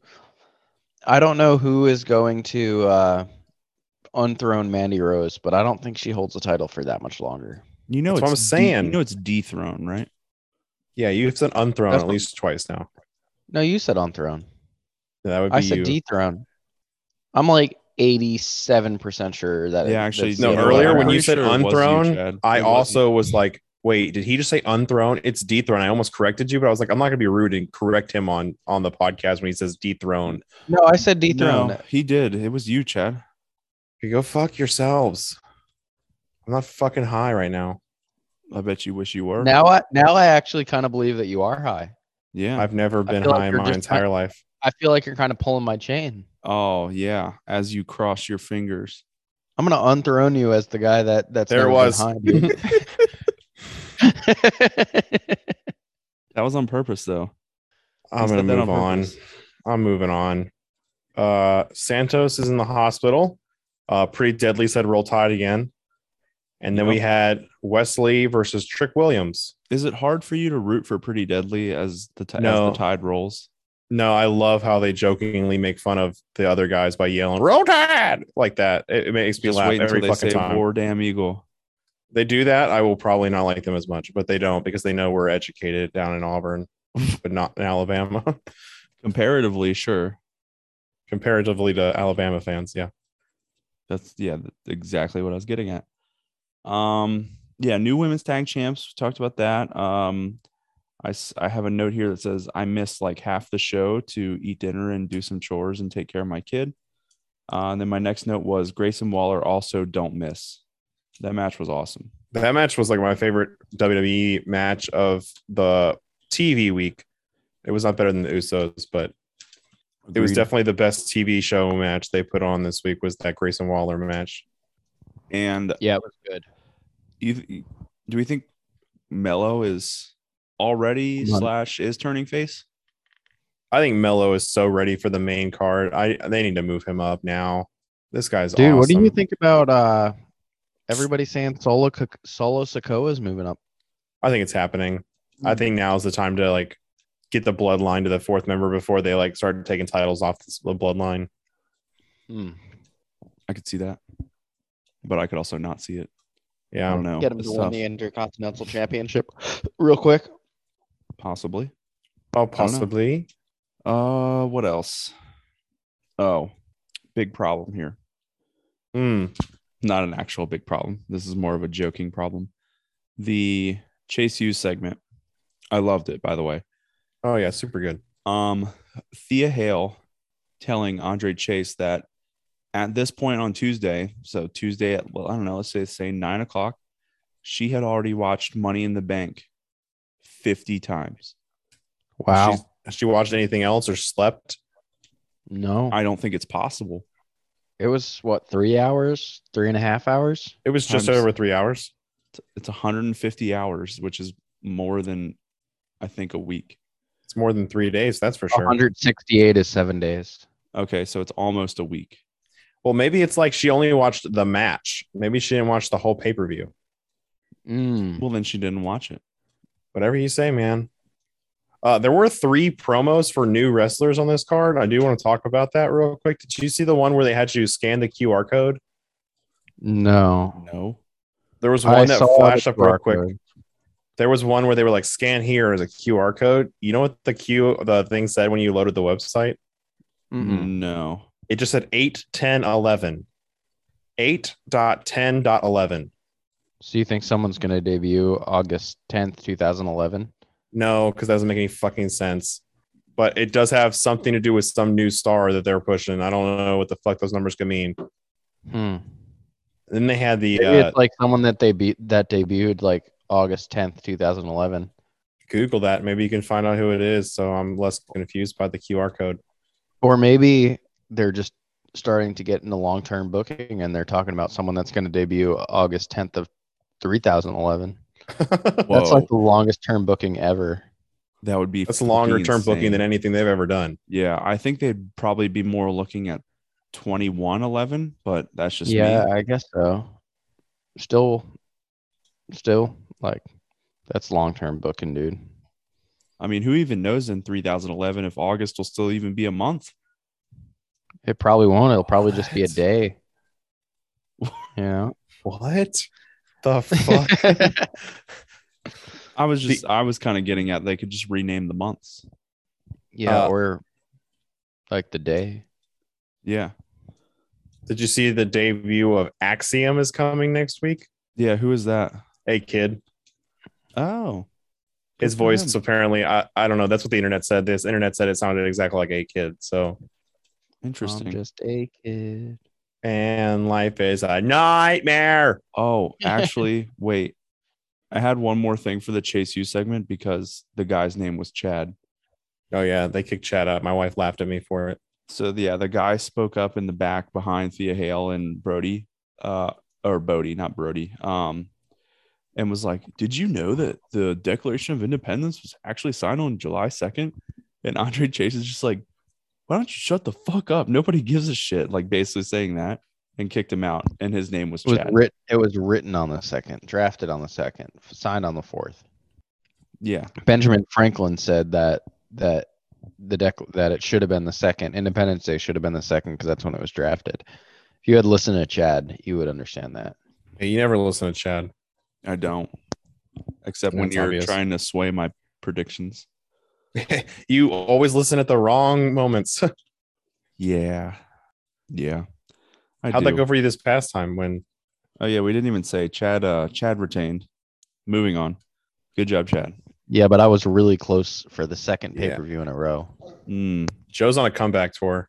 S3: I don't know who is going to uh, unthrone Mandy Rose, but I don't think she holds the title for that much longer.
S1: you know
S2: That's what
S1: it's
S2: I'm
S1: de-
S2: saying.
S1: you know it's dethrone, right?
S2: Yeah, you've said unthrown
S3: That's
S2: at
S3: what-
S2: least twice now.
S3: No, you said unthrone.
S2: That would be
S3: I said
S2: you.
S3: dethrone. I'm like 87% sure that. it-
S1: Yeah, actually,
S3: that's
S1: no.
S3: the
S2: Yeah,
S3: other way
S1: Earlier when
S3: around.
S1: you said
S2: sure it was you,
S1: unthrown,
S2: I also was like, Wait, did he just say unthrown? It's dethroned. I almost corrected you, but I was like, I'm not gonna be rude and correct him on on the podcast when he says dethroned.
S3: No, I said dethrone.
S1: No, he did. It was you, Chad.
S2: You go fuck yourselves. I'm not fucking high right now.
S1: I bet you wish you were.
S3: Now I now I actually kind of believe that you are high.
S1: yeah.
S2: I've never been
S3: feel like
S2: high in
S3: you're
S2: my
S3: just-
S2: entire life.
S3: I feel like you're kind of pulling my chain.
S1: oh yeah. As you cross your fingers.
S3: I'm gonna unthrone you as the guy that that's
S2: There it
S3: never been
S2: was.
S3: high, dude.
S1: That was on purpose though.
S2: I'm
S1: said
S2: gonna
S1: that
S2: move
S1: on
S2: on.
S1: purpose.
S2: I'm moving on. Uh Santos is in the hospital. Uh pretty deadly said roll tide again. And then we had Wesley versus Trick Williams.
S1: Is it hard for you to root for Pretty Deadly as the t- as
S2: No.
S1: the tide rolls?
S2: No, I love how they jokingly make fun of the other guys by yelling "Roll Tide" like that. It, it makes me
S1: Just
S2: laugh
S1: wait until
S2: every
S1: they
S2: fucking
S1: say
S2: time.
S1: "War Damn Eagle."
S2: They do that. I will probably not like them as much, but they don't because they know we're educated down in Auburn, but not in Alabama.
S1: Comparatively, sure.
S2: Comparatively to Alabama fans, yeah.
S1: That's yeah, th- exactly what I was getting at. Um, yeah, new women's tag champs. We talked about that. Um, I s- I have a note here that says I missed like half the show to eat dinner and do some chores and take care of my kid. Uh, and then my next note was Grayson Waller also don't miss. That match was awesome.
S2: That match was like my favorite WWE match of the TV week. It was not better than the Usos, but it was
S1: Agreed.
S2: definitely the best TV show match they put on this week. Was that Grayson Waller match?
S1: and
S3: yeah, it was good.
S1: you, do we think Mello is already
S3: Run.
S1: slash is turning face?
S2: I think Mello is so ready for the main card. I they need to move him up now. This guy's
S3: Dude, what do you
S2: awesome.
S3: think about uh everybody saying Solo Kak- Solo Sokoa is moving up?
S2: I think it's happening. I think now is the time to like get the bloodline to the fourth member before they like start taking titles off this- the bloodline.
S3: Hmm.
S1: I could see that, but I could also not see it. I
S2: Yeah,
S1: don't know.
S3: Get him
S1: It's
S3: to win
S1: tough.
S3: the Intercontinental Championship real quick.
S1: possibly.
S2: oh, possibly.
S1: Uh, what else? Oh, big problem here.
S2: Hmm.
S1: Not an actual big problem. This is more of a joking problem. The Chase Hughes segment. I loved it, by the way.
S2: Oh yeah, super good.
S1: Um, Thea Hale telling Andre Chase that at this point on Tuesday, so Tuesday at well, I don't know, let's say say nine o'clock, she had already watched Money in the Bank fifty times.
S2: She's- she watched anything else or slept.
S3: No.
S1: I don't think it's possible.
S3: it was what, three hours, three and a half hours?
S2: It was just
S1: Times-
S2: over three hours.
S1: It's 150 hours, which is more than I think a week.
S2: It's more than three days, that's for sure.
S3: 168 is seven days.
S1: Okay, so it's almost a week.
S2: Well, maybe it's like she only watched the match. Maybe she didn't watch the whole pay per view. Mm-hmm.
S3: Mm.
S1: Well, then she didn't watch it.
S2: Whatever you say, man. Uh, there were three promos for new wrestlers on this card. I do want to talk about that real quick. Did you see the one where they had you scan the QR code?
S3: No.
S1: No.
S2: There was
S3: I
S2: one that
S3: saw
S2: flashed
S3: the
S2: up real
S3: QR
S2: quick.
S3: code.
S2: There was one where they were like, "Scan here as a QR code." You know what the Q the thing said when you loaded the website? Mm-hmm.
S3: Mm-mm.
S1: No.
S2: It just said 8, 10, 11. 8.10.11.
S3: So you think someone's going to debut August 10th, 2011?
S2: No, because that doesn't make any fucking sense. But it does have something to do with some new star that they're pushing. I don't know what the fuck those numbers could mean.
S3: Hmm.
S2: Then they had the
S3: Maybe
S2: uh,
S3: it's like someone that they beat that debuted like August 10th, 2011.
S2: Google that. Maybe you can find out who it is. So I'm less confused by the QR code.
S3: Or maybe they're just starting to get into long term booking and they're talking about someone that's going to debut August 10th of 3011.
S1: Whoa.
S3: That's like the longest term booking ever.
S1: that would be
S2: That's
S1: fucking
S2: longer term booking
S1: insane.
S2: than anything they've ever done.
S1: Yeah, I think they'd probably be more looking at 2111, but that's just
S3: yeah,
S1: me.
S3: I guess so. Still, still like that's long term booking, dude.
S1: I mean, who even knows in 3011 if August will still even be a month?
S3: It probably won't. It'll probably just be a
S1: What?
S3: day. You know?
S2: What the fuck?
S1: I was just, I was kind of getting at they could just rename the months.
S3: Yeah,
S2: Uh,
S3: or like the day.
S1: Yeah.
S2: Did you see the debut of Axiom is coming next week?
S1: Yeah. Who is that?
S2: Hey, kid.
S1: Oh,
S2: His voice is apparently I, I don't know. That's what the internet said. This internet said it sounded exactly like a kid. So
S1: interesting.
S3: I'm just a kid.
S2: and life is a nightmare.
S1: Oh, actually, wait. I had one more thing for the Chase U segment because the guy's name was Chad.
S2: Oh yeah, they kicked Chad out. My wife laughed at me for it.
S1: So the- yeah, the guy spoke up in the back behind Thea Hale and Brody, uh, or Bodie, not Brody, um, and was like, "Did you know that the Declaration of Independence was actually signed on July 2nd? And Andre Chase is just like, "Why don't you shut the fuck up? Nobody gives a shit." Like basically saying that, and kicked him out. And his name was
S3: It was,
S1: Chad.
S3: writ- it was written on the second, drafted on the second, f- signed on the fourth.
S1: yeah,
S3: Benjamin Franklin said that that the dec- that it should have been the second. Independence Day should have been the second because that's when it was drafted. If you had listened to Chad, you would understand that.
S2: Hey, you never listen to Chad.
S1: I don't. Except when
S2: That's
S1: you're
S2: obvious.
S1: trying to sway my predictions.
S2: you always listen at the wrong moments.
S1: Yeah. Yeah. I
S2: How'd that
S1: do.
S2: go for you this past time when
S1: Oh yeah, we didn't even say Chad. Uh, Chad retained. Moving on. Good job, Chad.
S3: Yeah, but I was really close for the second
S2: Yeah.
S3: pay per view in a row.
S1: Mm.
S2: Joe's on a comeback tour?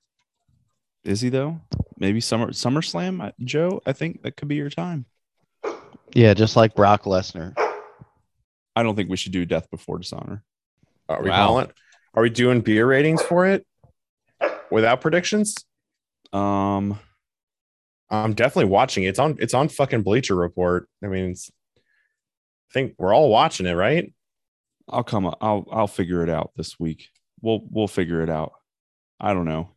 S1: Is he though? Maybe summer SummerSlam, I- Joe. I think that could be your time.
S3: Yeah, just like Brock Lesnar.
S1: I don't think we should do Death Before Dishonor.
S2: Are we
S3: Wow.
S2: calling? Are we doing beer ratings for it without predictions?
S1: Um,
S2: I'm definitely watching it. It's on. It's on fucking Bleacher Report. I mean, it's, I think we're all watching it, right?
S1: I'll come. up- I'll I'll figure it out this week. We'll we'll figure it out. I don't know.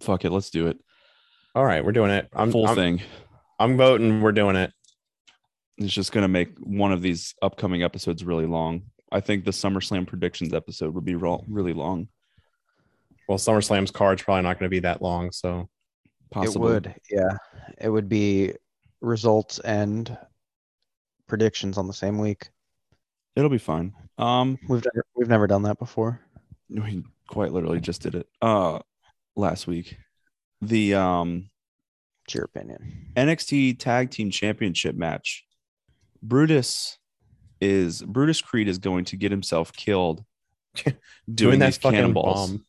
S1: Fuck it. Let's do it.
S2: All right, we're doing it. I'm
S1: Full
S2: I'm,
S1: thing.
S2: I'm voting. We're doing it.
S1: It's just gonna make one of these upcoming episodes really long. I think the SummerSlam predictions episode would be ro- really long.
S2: Well, SummerSlam's card's probably not going to be that long, so
S1: Possibly.
S3: It would, yeah. It would be results and predictions on the same week.
S1: It'll be fine. Um,
S3: We've never, we've never done that before.
S1: we quite literally just did it uh last week the um
S3: It's your opinion.
S1: nxt tag team championship match brutus is brutus creed is going to get himself killed doing, these cannonballs
S2: bomb,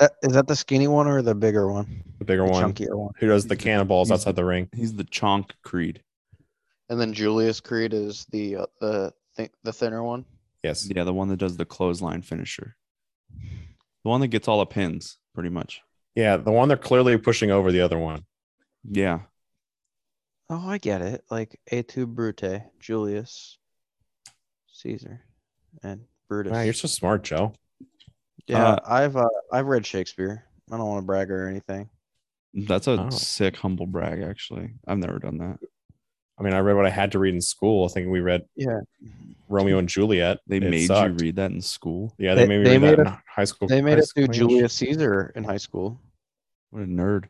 S3: That, is that the skinny one or the bigger one?
S2: the bigger
S3: The
S2: one.
S3: chunkier one.
S2: Who does the cannonballs
S1: He's-
S2: outside the ring?
S1: he's the chonk creed
S3: And then Julius Creed is the uh, the th- the thinner one.
S2: Yes.
S1: yeah the one that does the clothesline finisher the one that gets all the pins pretty much
S2: Yeah, the one they're clearly pushing over the other one.
S1: yeah
S3: Oh, I get it. Like A2 Brute, Julius, Caesar, and Brutus.
S2: Wow, you're so smart, Joe.
S3: yeah,
S1: uh,
S3: I've uh, I've read Shakespeare. I don't want to brag or anything.
S1: that's a
S2: Oh.
S1: sick humble brag actually i've never done that
S2: I mean, I read what I had to read in school. I think we read
S3: Yeah.
S2: Romeo and Juliet.
S1: they
S2: It
S1: made
S2: sucked.
S1: you read that in school
S2: Yeah, they,
S3: They-
S2: made me
S3: they
S2: read
S3: made
S2: that
S3: us-
S2: in high school.
S3: They made
S2: high
S3: us do
S2: school English.
S3: Julius Caesar in high school.
S1: what a nerd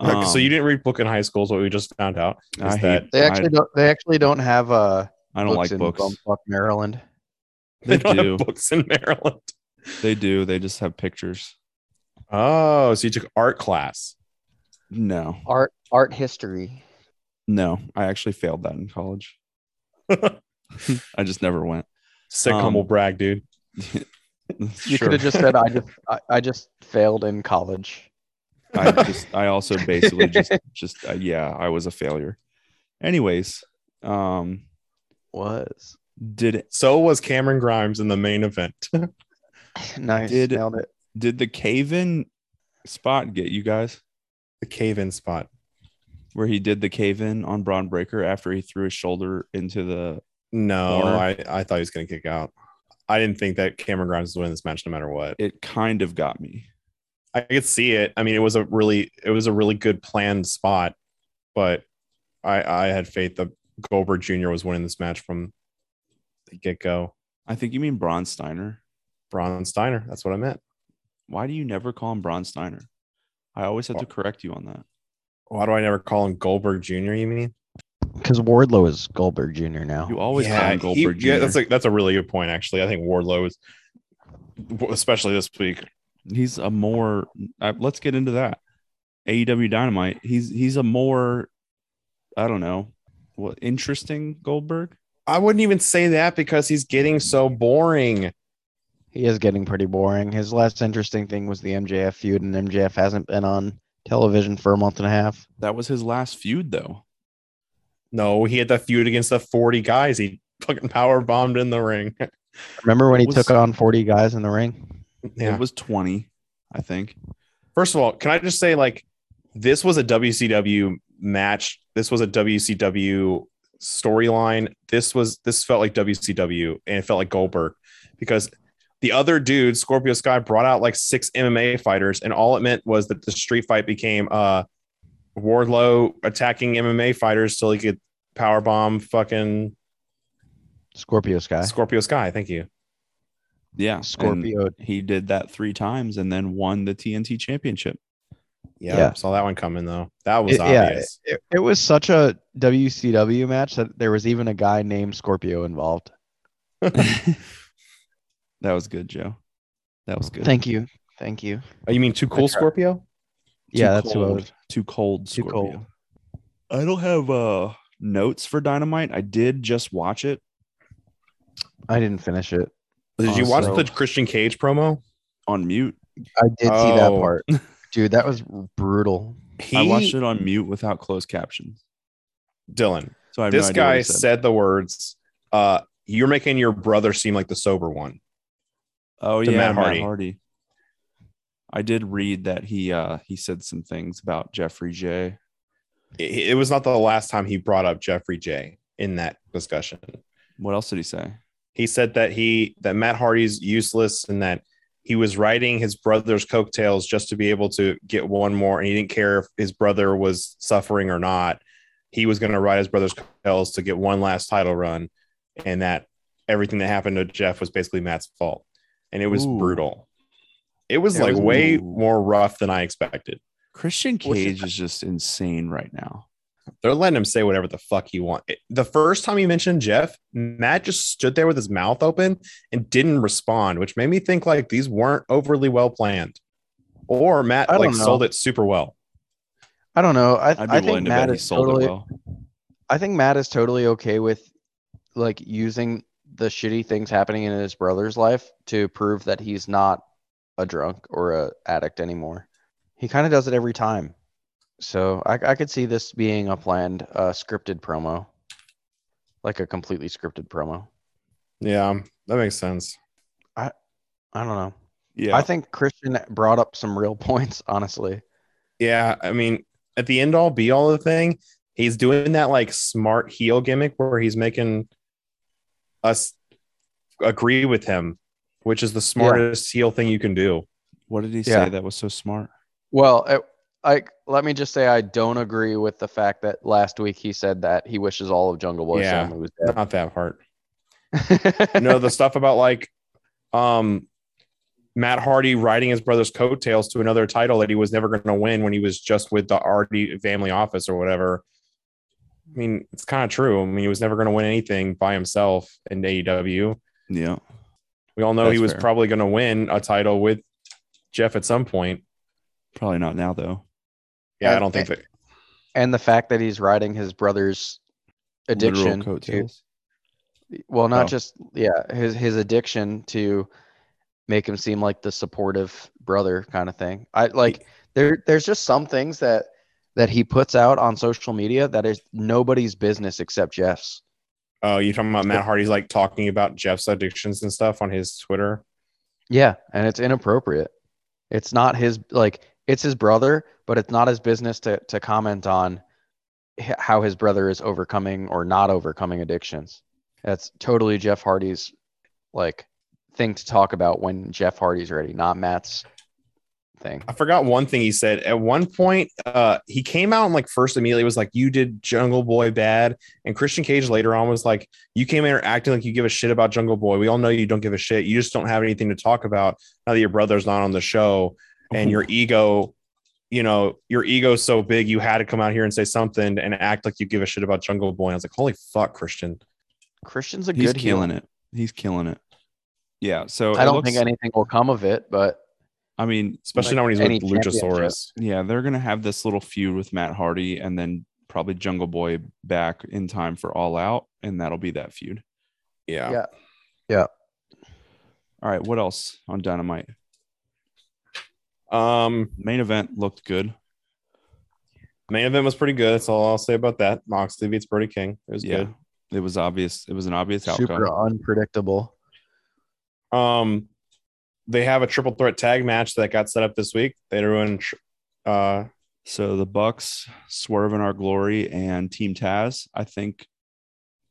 S2: Okay, so
S1: Um,
S2: you didn't read book in high school, is what we just found out. Is
S1: I hate
S2: that
S3: They
S1: I-
S3: actually don't. They actually don't have uh.
S1: I don't like
S3: in
S1: books.
S3: bumfuck Maryland.
S2: they,
S1: They
S2: don't
S1: do.
S2: have books in Maryland.
S1: They do. They just have pictures.
S2: Oh, so you took art class.
S1: No,
S3: Art art history.
S1: no. I actually failed that in college. I just never went.
S2: Sick
S1: Um,
S2: humble brag, dude.
S3: You could have just said I just I, I just failed in college.
S1: I just. I also basically just. Just. Uh, yeah. I was a failure. Anyways, um,
S3: Was
S1: did
S2: So was Cameron Grimes in the main event.
S3: nice.
S1: Did-
S3: Nailed it.
S1: did the cave in spot get you guys
S2: the cave in spot.
S1: where he did the cave in on Braun Breaker after he threw his shoulder into the?
S2: No,
S1: Corner.
S2: I, I thought he was going to kick out. I didn't think that Cameron Grimes was winning this match no matter what.
S1: It kind of got me.
S2: I could see it. I mean, it was a really it was a really good planned spot, but I I had faith that Goldberg Jr. was winning this match from the get go.
S1: I think you mean Braun Steiner.
S2: Braun Steiner, that's what I meant.
S1: Why do you never call him Braun Steiner? I always have to correct you on that.
S2: Why do I never call him Goldberg Jr.? You mean?
S3: Because Wardlow is Goldberg Jr. now.
S1: You always call him
S2: he-
S1: Goldberg.
S2: yeah,
S1: Jr.
S2: that's a that's a really good point. Actually, I think Wardlow is, especially this week.
S1: he's a more uh, let's get into that E AEW Dynamite. He's he's a more I don't know what interesting Goldberg.
S2: I wouldn't even say that because he's getting so boring.
S3: He is getting pretty boring. His last interesting thing was the MJF feud, and MJF hasn't been on television for a month and a half.
S1: That was his last feud, though.
S2: No, he had that feud against the 40 guys. He fucking power bombed in the ring.
S3: Remember when he
S1: Was-
S3: took on 40 guys in the ring?
S2: Yeah.
S1: It was 20, I think.
S2: First of all, can I just say like this was a WCW match. This was a WCW storyline. This was this felt like WCW and it felt like Goldberg because the other dude, Scorpio Sky, brought out like six MMA fighters, and all it meant was that the street fight became uh Wardlow attacking MMA fighters till he could powerbomb fucking
S3: Scorpio Sky.
S2: Scorpio Sky. Thank you.
S1: Yeah. and
S3: Scorpio.
S1: He did that three times and then won the TNT championship.
S2: Yeah,
S3: Yeah.
S2: saw that one coming though. That was
S3: It- yeah,
S2: obvious.
S3: It, it was such a WCW match that there was even a guy named Scorpio involved.
S1: that was good, Joe. That was good.
S3: Thank you. Thank you.
S2: Oh, you mean too cool Scorpio?
S1: Too
S3: yeah, that's who I
S1: cold.
S3: was.
S1: Too cold.
S3: Too
S1: Scorpio.
S3: cold.
S1: I don't have uh notes for Dynamite. I did just watch it
S3: I didn't finish it.
S2: Did you watch
S1: Also-
S2: the Christian Cage promo?
S1: on mute.
S3: I did see that
S2: Oh.
S3: part. Dude, that was brutal.
S2: He,
S1: I watched it on mute without closed captions.
S2: Dylan.
S1: So I have no
S2: This
S1: idea what
S2: guy
S1: he
S2: said. the words, uh, "You're making your brother seem like the sober one."
S1: "Oh
S2: to
S1: yeah,
S2: Matt
S1: Matt
S2: Hardy.
S1: Hardy. I did read that he uh he said some things about Jeffrey J.
S2: It, it was not the last time he brought up Jeffrey J in that discussion.
S1: What else did he say?
S2: He said that he that Matt Hardy's useless and that he was riding his brother's coattails just to be able to get one more, and he didn't care if his brother was suffering or not. He was going to ride his brother's coattails to get one last title run, and that everything that happened to Jeff was basically Matt's fault, and it was
S1: Ooh.
S2: brutal. It was
S1: It
S2: like
S1: was-
S2: way
S1: Ooh.
S2: more rough than I expected.
S1: Christian
S2: What's it-
S1: Cage is just insane right now.
S2: They're letting him say whatever the fuck he want. It- The first time he mentioned Jeff, Matt just stood there with his mouth open and didn't respond, which made me think like these weren't overly well planned, or Matt
S3: I don't
S2: like
S3: know.
S2: sold it super well.
S3: I don't know. I,
S1: I'd be
S3: I
S1: willing
S3: think
S1: to bet
S3: Matt
S1: he
S3: is
S1: sold
S3: totally.
S1: it well.
S3: I think Matt is totally okay with like using the shitty things happening in his brother's life to prove that he's not a drunk or a addict anymore. He kind of does it every time. So I, I could see this being a planned uh, scripted promo, like a completely scripted promo.
S2: Yeah, that makes sense.
S3: I don't know.
S1: Yeah,
S3: I think Christian brought up some real points, honestly.
S2: Yeah, I mean, at the end all be all of the thing, he's doing that like smart heel gimmick where he's making us agree with him, which is the smartest heel thing you can do.
S1: what did he
S3: Yeah.
S1: say that was so smart?
S3: Well, it, like, let me just say, I don't agree with the fact that last week he said that he wishes all of Jungle Boy's
S2: Yeah.
S3: family was
S2: Not that hard.
S3: dead.
S2: no, the stuff about like um Matt Hardy riding his brother's coattails to another title that he was never going to win when he was just with the Hardy family office or whatever. I mean, it's kind of true. I mean, he was never going to win anything by himself in AEW.
S1: Yeah,
S2: We all know he
S1: That's
S2: was
S1: fair.
S2: probably going to win a title with Jeff at some point.
S1: probably not now though.
S2: Yeah, I
S3: Yeah,
S2: don't think that.
S3: and the fact that he's riding his brother's
S1: Literal
S3: addiction to-
S1: coattails.
S3: well not
S1: Oh.
S3: just yeah his his addiction to make him seem like the supportive brother kind of thing i like there there's just some things that that he puts out on social media that is nobody's business except jeff's
S2: Oh, you talking about Matt Hardy's like talking about Jeff's addictions and stuff on his Twitter?
S3: yeah and it's inappropriate it's not his like it's his brother but it's not his business to to comment on h- how his brother is overcoming or not overcoming addictions that's totally jeff hardy's like thing to talk about when jeff hardy's ready not matt's thing
S2: I forgot one thing he said. At one point, uh, he came out and like first immediately was like, "You did Jungle Boy bad," and Christian Cage later on was like, "You came in here acting like you give a shit about Jungle Boy. We all know you don't give a shit. You just don't have anything to talk about now that your brother's not on the show,
S1: Oh, Mhm.
S2: and your ego, you know, your ego's so big you had to come out here and say something and act like you give a shit about Jungle Boy." And I was like, "Holy fuck, Christian!"
S3: christian's a
S1: He's
S3: good heel.
S1: killing it. He's killing it. Yeah. So
S3: i
S1: it
S3: don't
S1: looks-
S3: think anything will come of it but
S1: I mean,
S2: Especially
S3: Like
S2: now when he's
S3: any
S2: with Luchasaurus.
S1: yeah, they're gonna have this little feud with Matt Hardy, and then probably Jungle Boy back in time for All Out, and that'll be that feud.
S2: Yeah.
S3: Yeah. Yeah.
S1: All right, what else on Dynamite?
S2: Um,
S1: Main event looked good.
S2: main event was pretty good. That's all I'll say about that. Moxley beats Brody King. It was
S1: Yeah, it was obvious. It was an obvious outcome.
S3: Super unpredictable.
S2: good. Um, they have a triple threat tag match that got set up this week. They threw in, tr- uh,
S1: So the Bucks, Swerve in Our Glory, and Team Taz. I think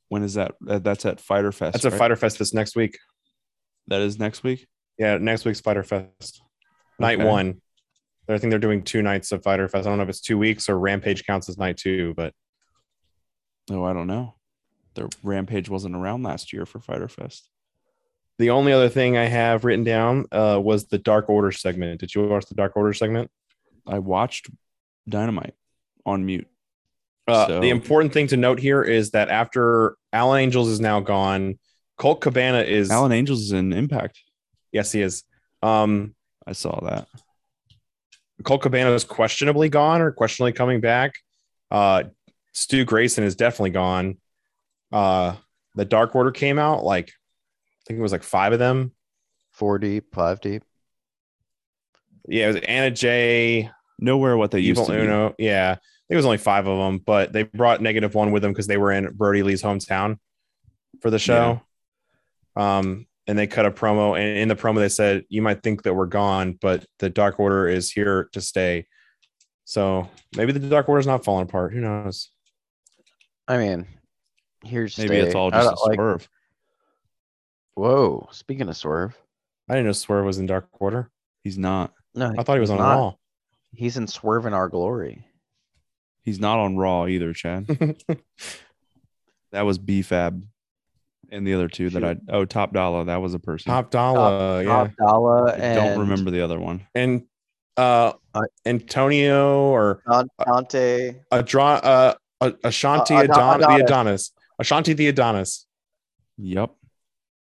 S1: when is that? that- That's at Fighter Fest.
S2: that's a
S1: right?
S2: Fighter Fest this next week.
S1: That is next week.
S2: Yeah, next week's Fighter Fest, night
S1: Okay.
S2: one. I think they're doing two nights of Fighter Fest. I don't know if it's two weeks or Rampage counts as night two, but
S1: Oh, I don't know. Their Rampage wasn't around last year for Fighter Fest.
S2: the only other thing I have written down uh, was the Dark Order segment. Did you watch the Dark Order segment?
S1: I watched Dynamite on mute.
S2: Uh,
S1: So-
S2: The important thing to note here is that after Alan Angels is now gone, Colt Cabana is
S1: Alan Angels is in Impact.
S2: yes, he is. Um,
S1: I saw that.
S2: Colt Cabana is questionably gone or questionably coming back. Uh, Stu Grayson is definitely gone. Uh, the Dark Order came out like I think it was like five of them.
S3: Four deep, five deep.
S2: Yeah, it was Anna J,
S1: Nowhere what they used
S2: Evil
S1: to be.
S2: Uno. Yeah, I think it was only five of them, but they brought negative one with them because they were in Brody Lee's hometown for the show. Um, and they cut a promo, and in the promo they said, "You might think that we're gone, but the Dark Order is here to stay." So maybe the Dark Order's not falling apart. Who knows?
S3: I mean, here's
S1: Maybe it's all just a swerve.
S3: Whoa! Speaking of swerve,
S2: I didn't know Swerve was in Dark Order.
S1: He's not.
S3: no,
S2: I thought he was on
S3: Not-
S2: Raw.
S3: he's in swerve in our glory.
S1: He's not on Raw either, Chad. that was B Fab and the other two that I oh top dollar. That was a person.
S2: Top Dollar, yeah,
S3: Abdallah
S1: I
S3: and
S1: don't remember the other one.
S2: and uh,
S3: I-
S2: Antonio or
S3: Don- Dante.
S2: Adra- uh, uh, Ashanti
S3: Uh, Adon-
S2: Adon- the
S3: Adonis.
S2: Adonis. Ashanti the Adonis.
S1: Yep.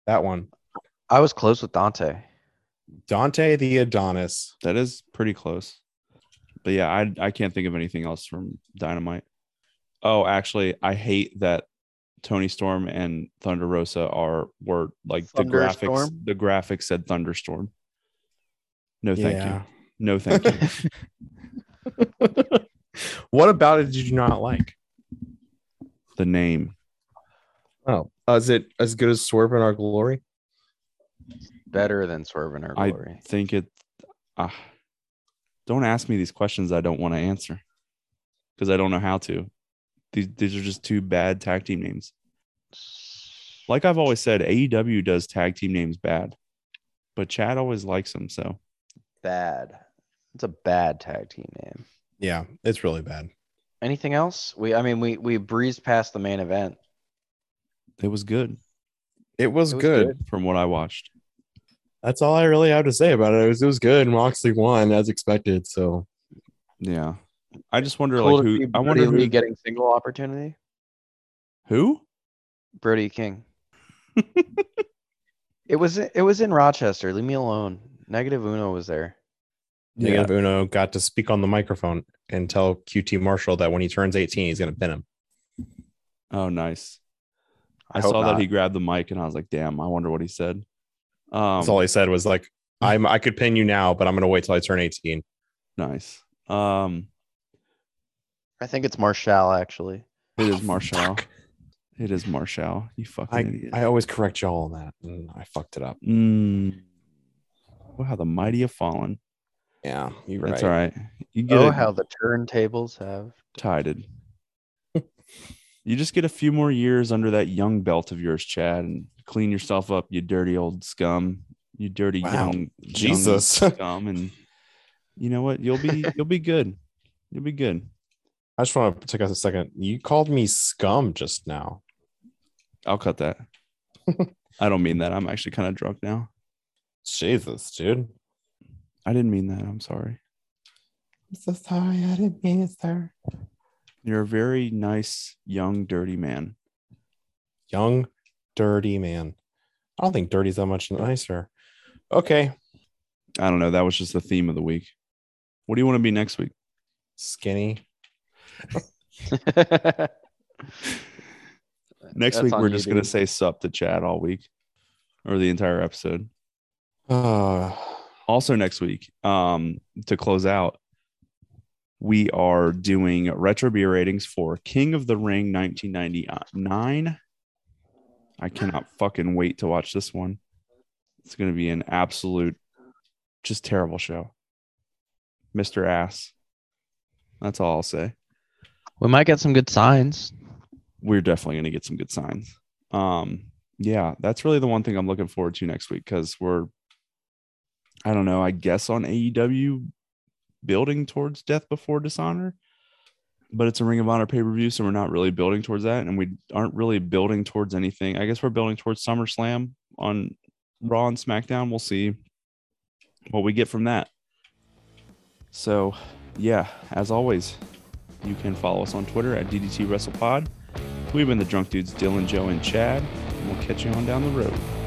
S2: That one.
S3: I was close with Dante.
S2: Dante the Adonis.
S1: That is pretty close. But yeah, I I can't think of anything else from Dynamite. Oh, actually, I hate that Tony Storm and Thunder Rosa are were like the graphics.
S3: Thunderstorm?
S1: The graphics said Thunderstorm. No, thank
S2: Yeah.
S1: you. No, thank you.
S2: what about it did you not like?
S1: the name.
S2: Oh, uh, is it as good as Swerve in Our Glory?
S3: Better than swerve in our
S1: I-
S3: glory.
S1: Think it. ah. don't ask me these questions I don't want to answer because I don't know how to. These these are just two bad tag team names. like I've always said, AEW does tag team names bad, but Chad always likes them. So
S3: bad. It's a bad tag team name.
S2: Yeah, it's really bad.
S3: Anything else? We, I mean, we we breezed past the main event.
S1: it was good
S2: It was,
S3: It was
S2: good.
S3: good.
S1: from what I watched.
S2: That's all I really have to say about it. It was, it was good. And Moxley won as expected. So
S1: Yeah, I just wonder
S3: Cool
S1: like
S3: to
S1: who
S3: see
S1: I wonder
S3: Brody
S1: who
S3: Lee getting single opportunity.
S1: who
S3: Brody King. it was it was in Rochester. Leave me alone. Negative Uno was there.
S2: Negative Uno got to speak on the microphone and tell QT Marshall that when he turns 18, he's going to pin him.
S1: Oh, nice. I,
S3: I hope
S1: saw that
S3: not.
S1: he grabbed the mic and I was like, damn, I wonder what he said. Um,
S2: That's all he said was like, I'm, I could pin you now, but I'm going to wait till I turn 18.
S1: nice. Um,
S3: I think it's Marshall actually.
S1: it is
S2: Oh,
S1: Marshall.
S2: fuck.
S1: It is Marshall. You fucking
S2: I,
S1: idiot.
S2: I always correct y'all on that. And I fucked it up.
S1: Mm. Wow, the mighty have fallen.
S2: Yeah, you're
S1: That's all right. You get
S3: Oh,
S1: it.
S3: how the turntables have.
S1: tided. you just get a few more years under that young belt of yours, Chad, and clean yourself up, you dirty old scum, you dirty
S2: Wow.
S1: young young
S2: Jesus.
S1: scum, and you know what? You'll be you'll be good. You'll be good.
S2: I just want to take us a second. You called me scum just now.
S1: I'll cut that. I don't mean that. I'm actually kind of drunk now.
S2: Jesus, dude.
S1: I didn't mean that. I'm sorry.
S2: I'm so sorry. I didn't mean it, sir.
S1: You're a very nice, young, dirty man.
S2: Young, dirty man. I don't think dirty's that much nicer. Okay.
S1: I don't know. That was just the theme of the week. What do you want to be next week?
S2: Skinny.
S1: Next
S3: That's
S1: week
S3: on
S1: we're
S3: you,
S1: just gonna
S3: dude.
S1: say sup to Chad all week, or the entire episode.
S2: Uh,
S1: Also next week, um, to close out, we are doing retro beer ratings for King of the Ring 1999. I cannot fucking wait to watch this one. It's gonna be an absolute, just terrible show. Mr. Ass. That's all I'll say.
S3: we might get some good signs.
S1: we're definitely going to get some good signs. Um, yeah, that's really the one thing I'm looking forward to next week because we're, I don't know, I guess on AEW building towards Death Before Dishonor, but it's a Ring of Honor pay per view, so we're not really building towards that, and we aren't really building towards anything. I guess we're building towards SummerSlam on Raw and SmackDown. We'll see what we get from that. So, yeah, as always, you can follow us on Twitter at DDT WrestlePod. We've been the drunk dudes, Dylan, Joe, and Chad, and we'll catch you on down the road.